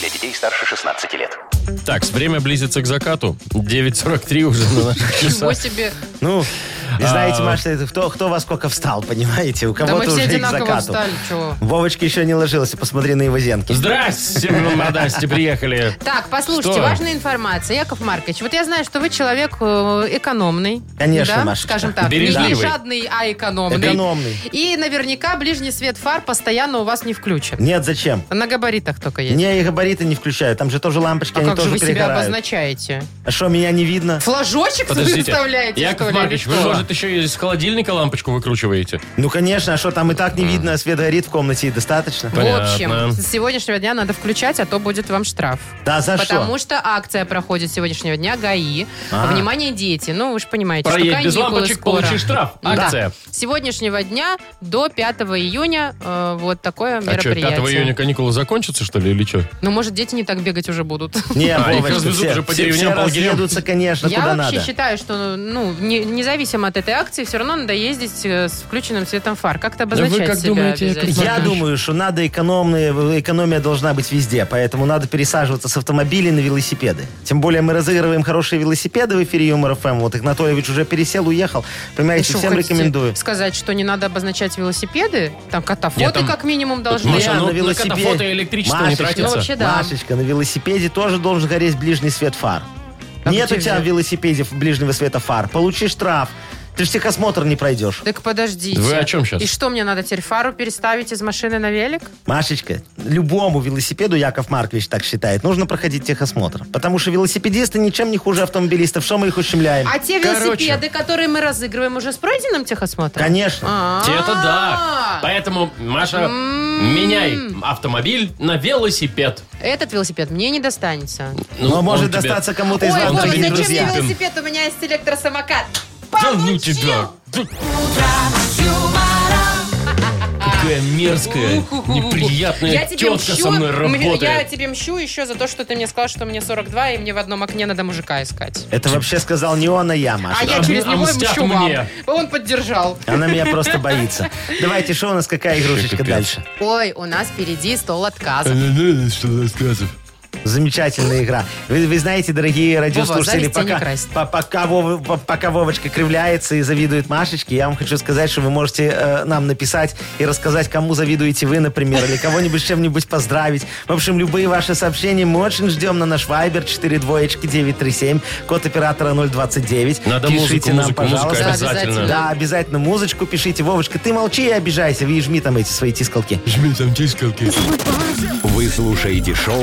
Для детей старше 16 лет. Так, время близится к закату. 9.43 уже на наших Чего часах. себе. Ну, А. И знаете, Маша, это кто, кто во сколько встал, понимаете? У Да мы кого-то все уже и к одинаково закату. встали, чего. Вовочка еще не ложился, посмотри на его зенки. Здрасте, мадасте, приехали. Так, послушайте, Что? важная информация. Яков Маркович, вот я знаю, что вы человек э, экономный. Конечно, да? Машечка. Скажем так, не Бережливый. не жадный, а экономный. Экономный. И наверняка ближний свет фар постоянно у вас не включен. Нет, зачем? На габаритах только есть. Не, и габариты не включают. Там же тоже лампочки, А они как же тоже вы себя перегорают. обозначаете? А что, меня не видно? Флажочек выставляете, что Яков ли, Маркович, или вы, что? может, еще из холодильника лампочку выкручиваете? Ну, конечно, а что там и так не видно, а свет горит в комнате и достаточно. Понятно. В общем, с сегодняшнего дня надо включать, а то будет вам штраф. Да, за А что? Потому что акция проходит с сегодняшнего дня ГАИ. А. Внимание, дети. Ну, вы же понимаете, Проедь что без каникулы лампочек, скоро. получи штраф. Да. Акция. С сегодняшнего дня до 5 июня э, вот такое А что, 5 мероприятие. июня каникулы закончатся, что ли, или что? Ну, может, дети не так бегать уже будут. А, Не, их Вовочка, развезут все, уже по все- деревням, все по лагерям. разъедутся, конечно, Я Ну, куда вообще надо. считаю, что, ну, не- независимо от этой акции, все равно надо ездить э, с включенным светом фар. Как-то Да вы обозначать как себя думаете, Яков обязательно. Я думаю, что надо экономные, экономия должна быть везде, поэтому надо пересаживаться с автомобилей на велосипеды. Тем более мы разыгрываем хорошие велосипеды в эфире Юмор ФМ. Вот Игнатольевич уже пересел, уехал. Понимаете, Что, всем хотите рекомендую. Сказать, что не надо обозначать велосипеды, там катафоты Нет, там- как минимум должны. Маша, ну, на катафоты электричество не Машечка, тратится. Ну, вообще да. Машечка, на велосипеде тоже должен гореть ближний свет фар. А Нет где у тебя взять? в велосипеде ближнего света фар. Получи штраф. Ты же техосмотр не пройдешь. Так подождите. Вы о чем щас? И что, мне надо теперь фару переставить из машины на велик? Машечка, любому велосипеду, Яков Маркович так считает, нужно проходить техосмотр. Потому что велосипедисты ничем не хуже автомобилистов. Что мы их ущемляем? А те велосипеды, которые мы разыгрываем, уже с пройденным техосмотром? Конечно. А-а-а. Это да. Поэтому, Маша, меняй автомобиль на велосипед. Этот велосипед мне не достанется. Ну, Но он может тебе- достаться кому-то Ой, из Он вас. тебе Вова, не зачем мне доступен. велосипед? У меня есть электросамокат. Да ну тебя! Какая мерзкая, неприятная Я тебе тетка мщу, Э, со мной мне- Я работает. тебе мщу еще за то, что ты мне сказал, что мне 42, и мне в одном окне надо мужика искать. Это вообще сказал не он, а я, Маша. А я через него и мщу вам. Он поддержал. Она меня просто боится. Давайте, что у нас, какая игрушечка дальше? Ой, у нас впереди стол отказов. Замечательная игра. Вы, вы знаете, дорогие радиослушатели, зависть тебя не пока, красит. по- пока, Вова- по- пока Вовочка кривляется и завидует Машечке, я вам хочу сказать, что вы можете э, нам написать и рассказать, кому завидуете вы, например, или кого-нибудь с чем-нибудь поздравить. В общем, любые ваши сообщения мы очень ждем на наш Viber 937 код оператора 029. Надо музыку, Пишите нам, музыку, музыку пожалуйста. Да, обязательно. обязательно. Да, обязательно музычку пишите. Вовочка, ты молчи и обижайся, и жми там эти свои тискалки. Жми там тискалки. Вы слушаете шоу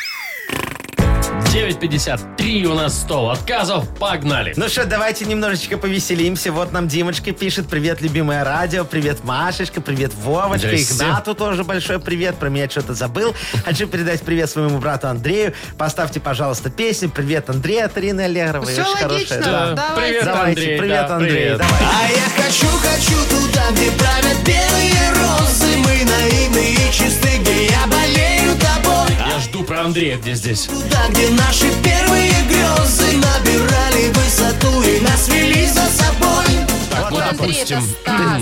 9.53 у нас стол отказов. Погнали. Ну что, давайте немножечко повеселимся. Вот нам Димочка пишет. Привет, любимое радио. Привет, Машечка. Привет, Вовочка. Здрасте. Игнату тоже большой привет. Про меня что-то забыл. Хочу передать привет своему брату Андрею. Поставьте, пожалуйста, песню. Привет, Андрей от Ирины Аллегровой. Всё Очень логично. хорошая. Э, Да, Давайте. привет, Давайте, Андрей, Привет, да, Андрей. привет. Давай. А я хочу, хочу туда, где правят белые розы. Мы наивны и чисты, где я болею тобой. Я жду про Андрея, где здесь. Туда, где наши первые грезы набирали высоту и нас вели за собой. Так, ну, допустим.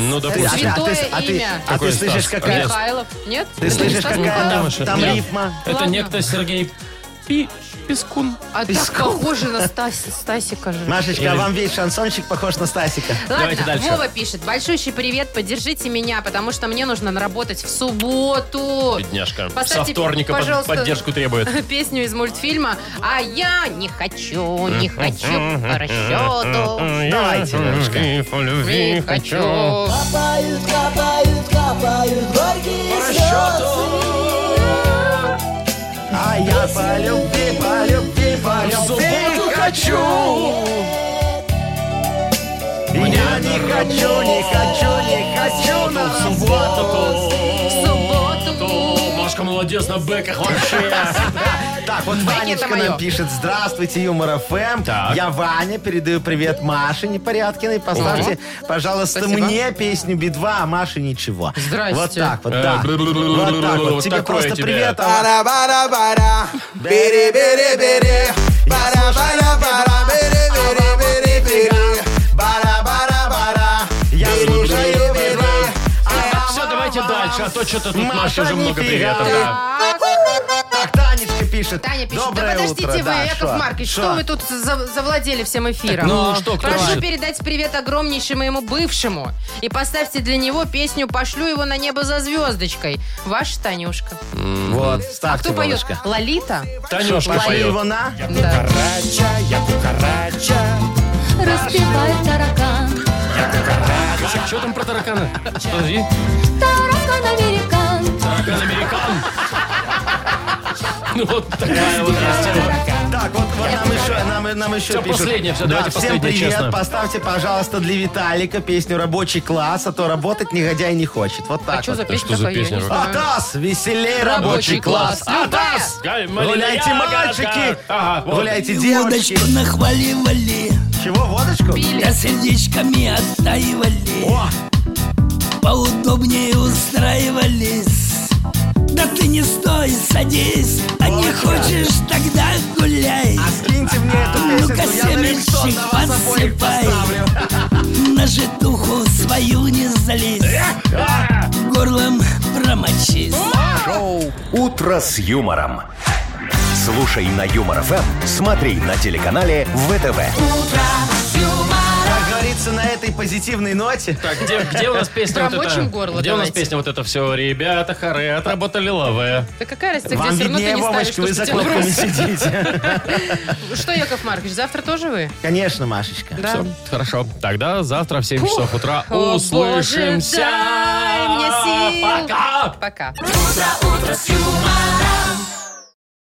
Ну, допустим. А ты- а ты- имя. а ты слышишь, какая... Михайлов. Нет? Ты слышишь, какая там- там Нет. рифма? Это некто Сергей Пи- Пискун. А так похоже на Стас- Стасика же. Машечка, а вам весь шансончик похож на Стасика. Ладно, Вова пишет. Большущий привет, поддержите меня, потому что мне нужно наработать в субботу. Бедняжка. Со Поставьте, вторника под- пожалуйста, поддержку требует. Песню из мультфильма «А я не хочу, не хочу Э, по расчету». Давайте, Вовочка. Не хочу. Капают, капают, капают горькие слезы. А я по любви, по любви, по любви хочу. Я не хочу, не хочу, не хочу на субботу. субботу. Машка молодец на бэках вообще. Так, вот Ванечка моё. нам пишет, здравствуйте, Юмор ФМ. Я Ваня, передаю привет Маше Непорядкиной. Поставьте, пожалуйста, Спасибо. мне песню Би-2, а Маше ничего. Здрасте. Вот так вот, Э, да. бр-бр-бр-бр-бр-бр, Вот так вот вот, тебе такое просто тебе. привет. а она- Бара-бара-бара, бери-бери-бери, бара-бара-бара, бери-бери-бери, бара-бара-бара, бери-бери-бери. Все, давайте дальше, а то что-то тут Маша уже много нифига. приветов. да. Так, Танечка пишет. Таня пишет, Доброе да подождите утро. вы, Да, Яков шо? Маркович, Шо? что вы тут за- завладели всем эфиром? Так, ну, что, кто Прошу пишет? передать привет огромнейшему моему бывшему. И поставьте для него песню «Пошлю его на небо за звездочкой». Ваша Танюшка. Вот, А ставьте, кто поет? Вовочка. Лолита? Танюшка Пошли поет. его на... Да. Распевай таракан, А что там про таракана? Подожди. таракан американ. Таракан американ. Ну вот такая вот есть тема. Так, вот, вот нам еще, нам, нам еще Всё, пишут. последнее всё, давайте всем последнее, привет, честно. поставьте, пожалуйста, для Виталика песню «Рабочий класс», а то работать негодяй не хочет. Вот так А что вот. за песня что за такая? Я не песня? знаю. Атас, веселей рабочий, Рабочий класс. А класс. Любая. Атас! Галь, Мария, Гуляйте, Ягода. мальчики! Ага, вот. Гуляйте, девочки! Водочку нахваливали, Чего, водочку? да сердечками оттаивали, О, поудобнее устраивались. Да ты не стой, садись, а не хочешь, тогда гуляй. а скиньте мне эту Ну-ка, песенку, я на ремсон на семечек вас обоих подсыпай. поставлю. На житуху свою не залезь, горлом промочись. Шоу «Утро с юмором». Слушай на Юмор ФМ, смотри на телеканале ВТВ. Как говорится, на этой позитивной ноте... Так, где, где у нас песня Про вот эта? мочим горло Где у нас давайте. песня вот это все? Ребята, хоры, отработали лаве. Да какая разница, где Вам все равно ты виднее, не ставишь, Вовочка, то, вы что за тебе нравится. кнопками сидите. Что, Яков Маркович, завтра тоже вы? Конечно, Машечка. Да. Хорошо. Тогда завтра в 7 часов утра О, услышимся. Боже, дай мне сил. Пока! Пока. Утро, утро с юмором.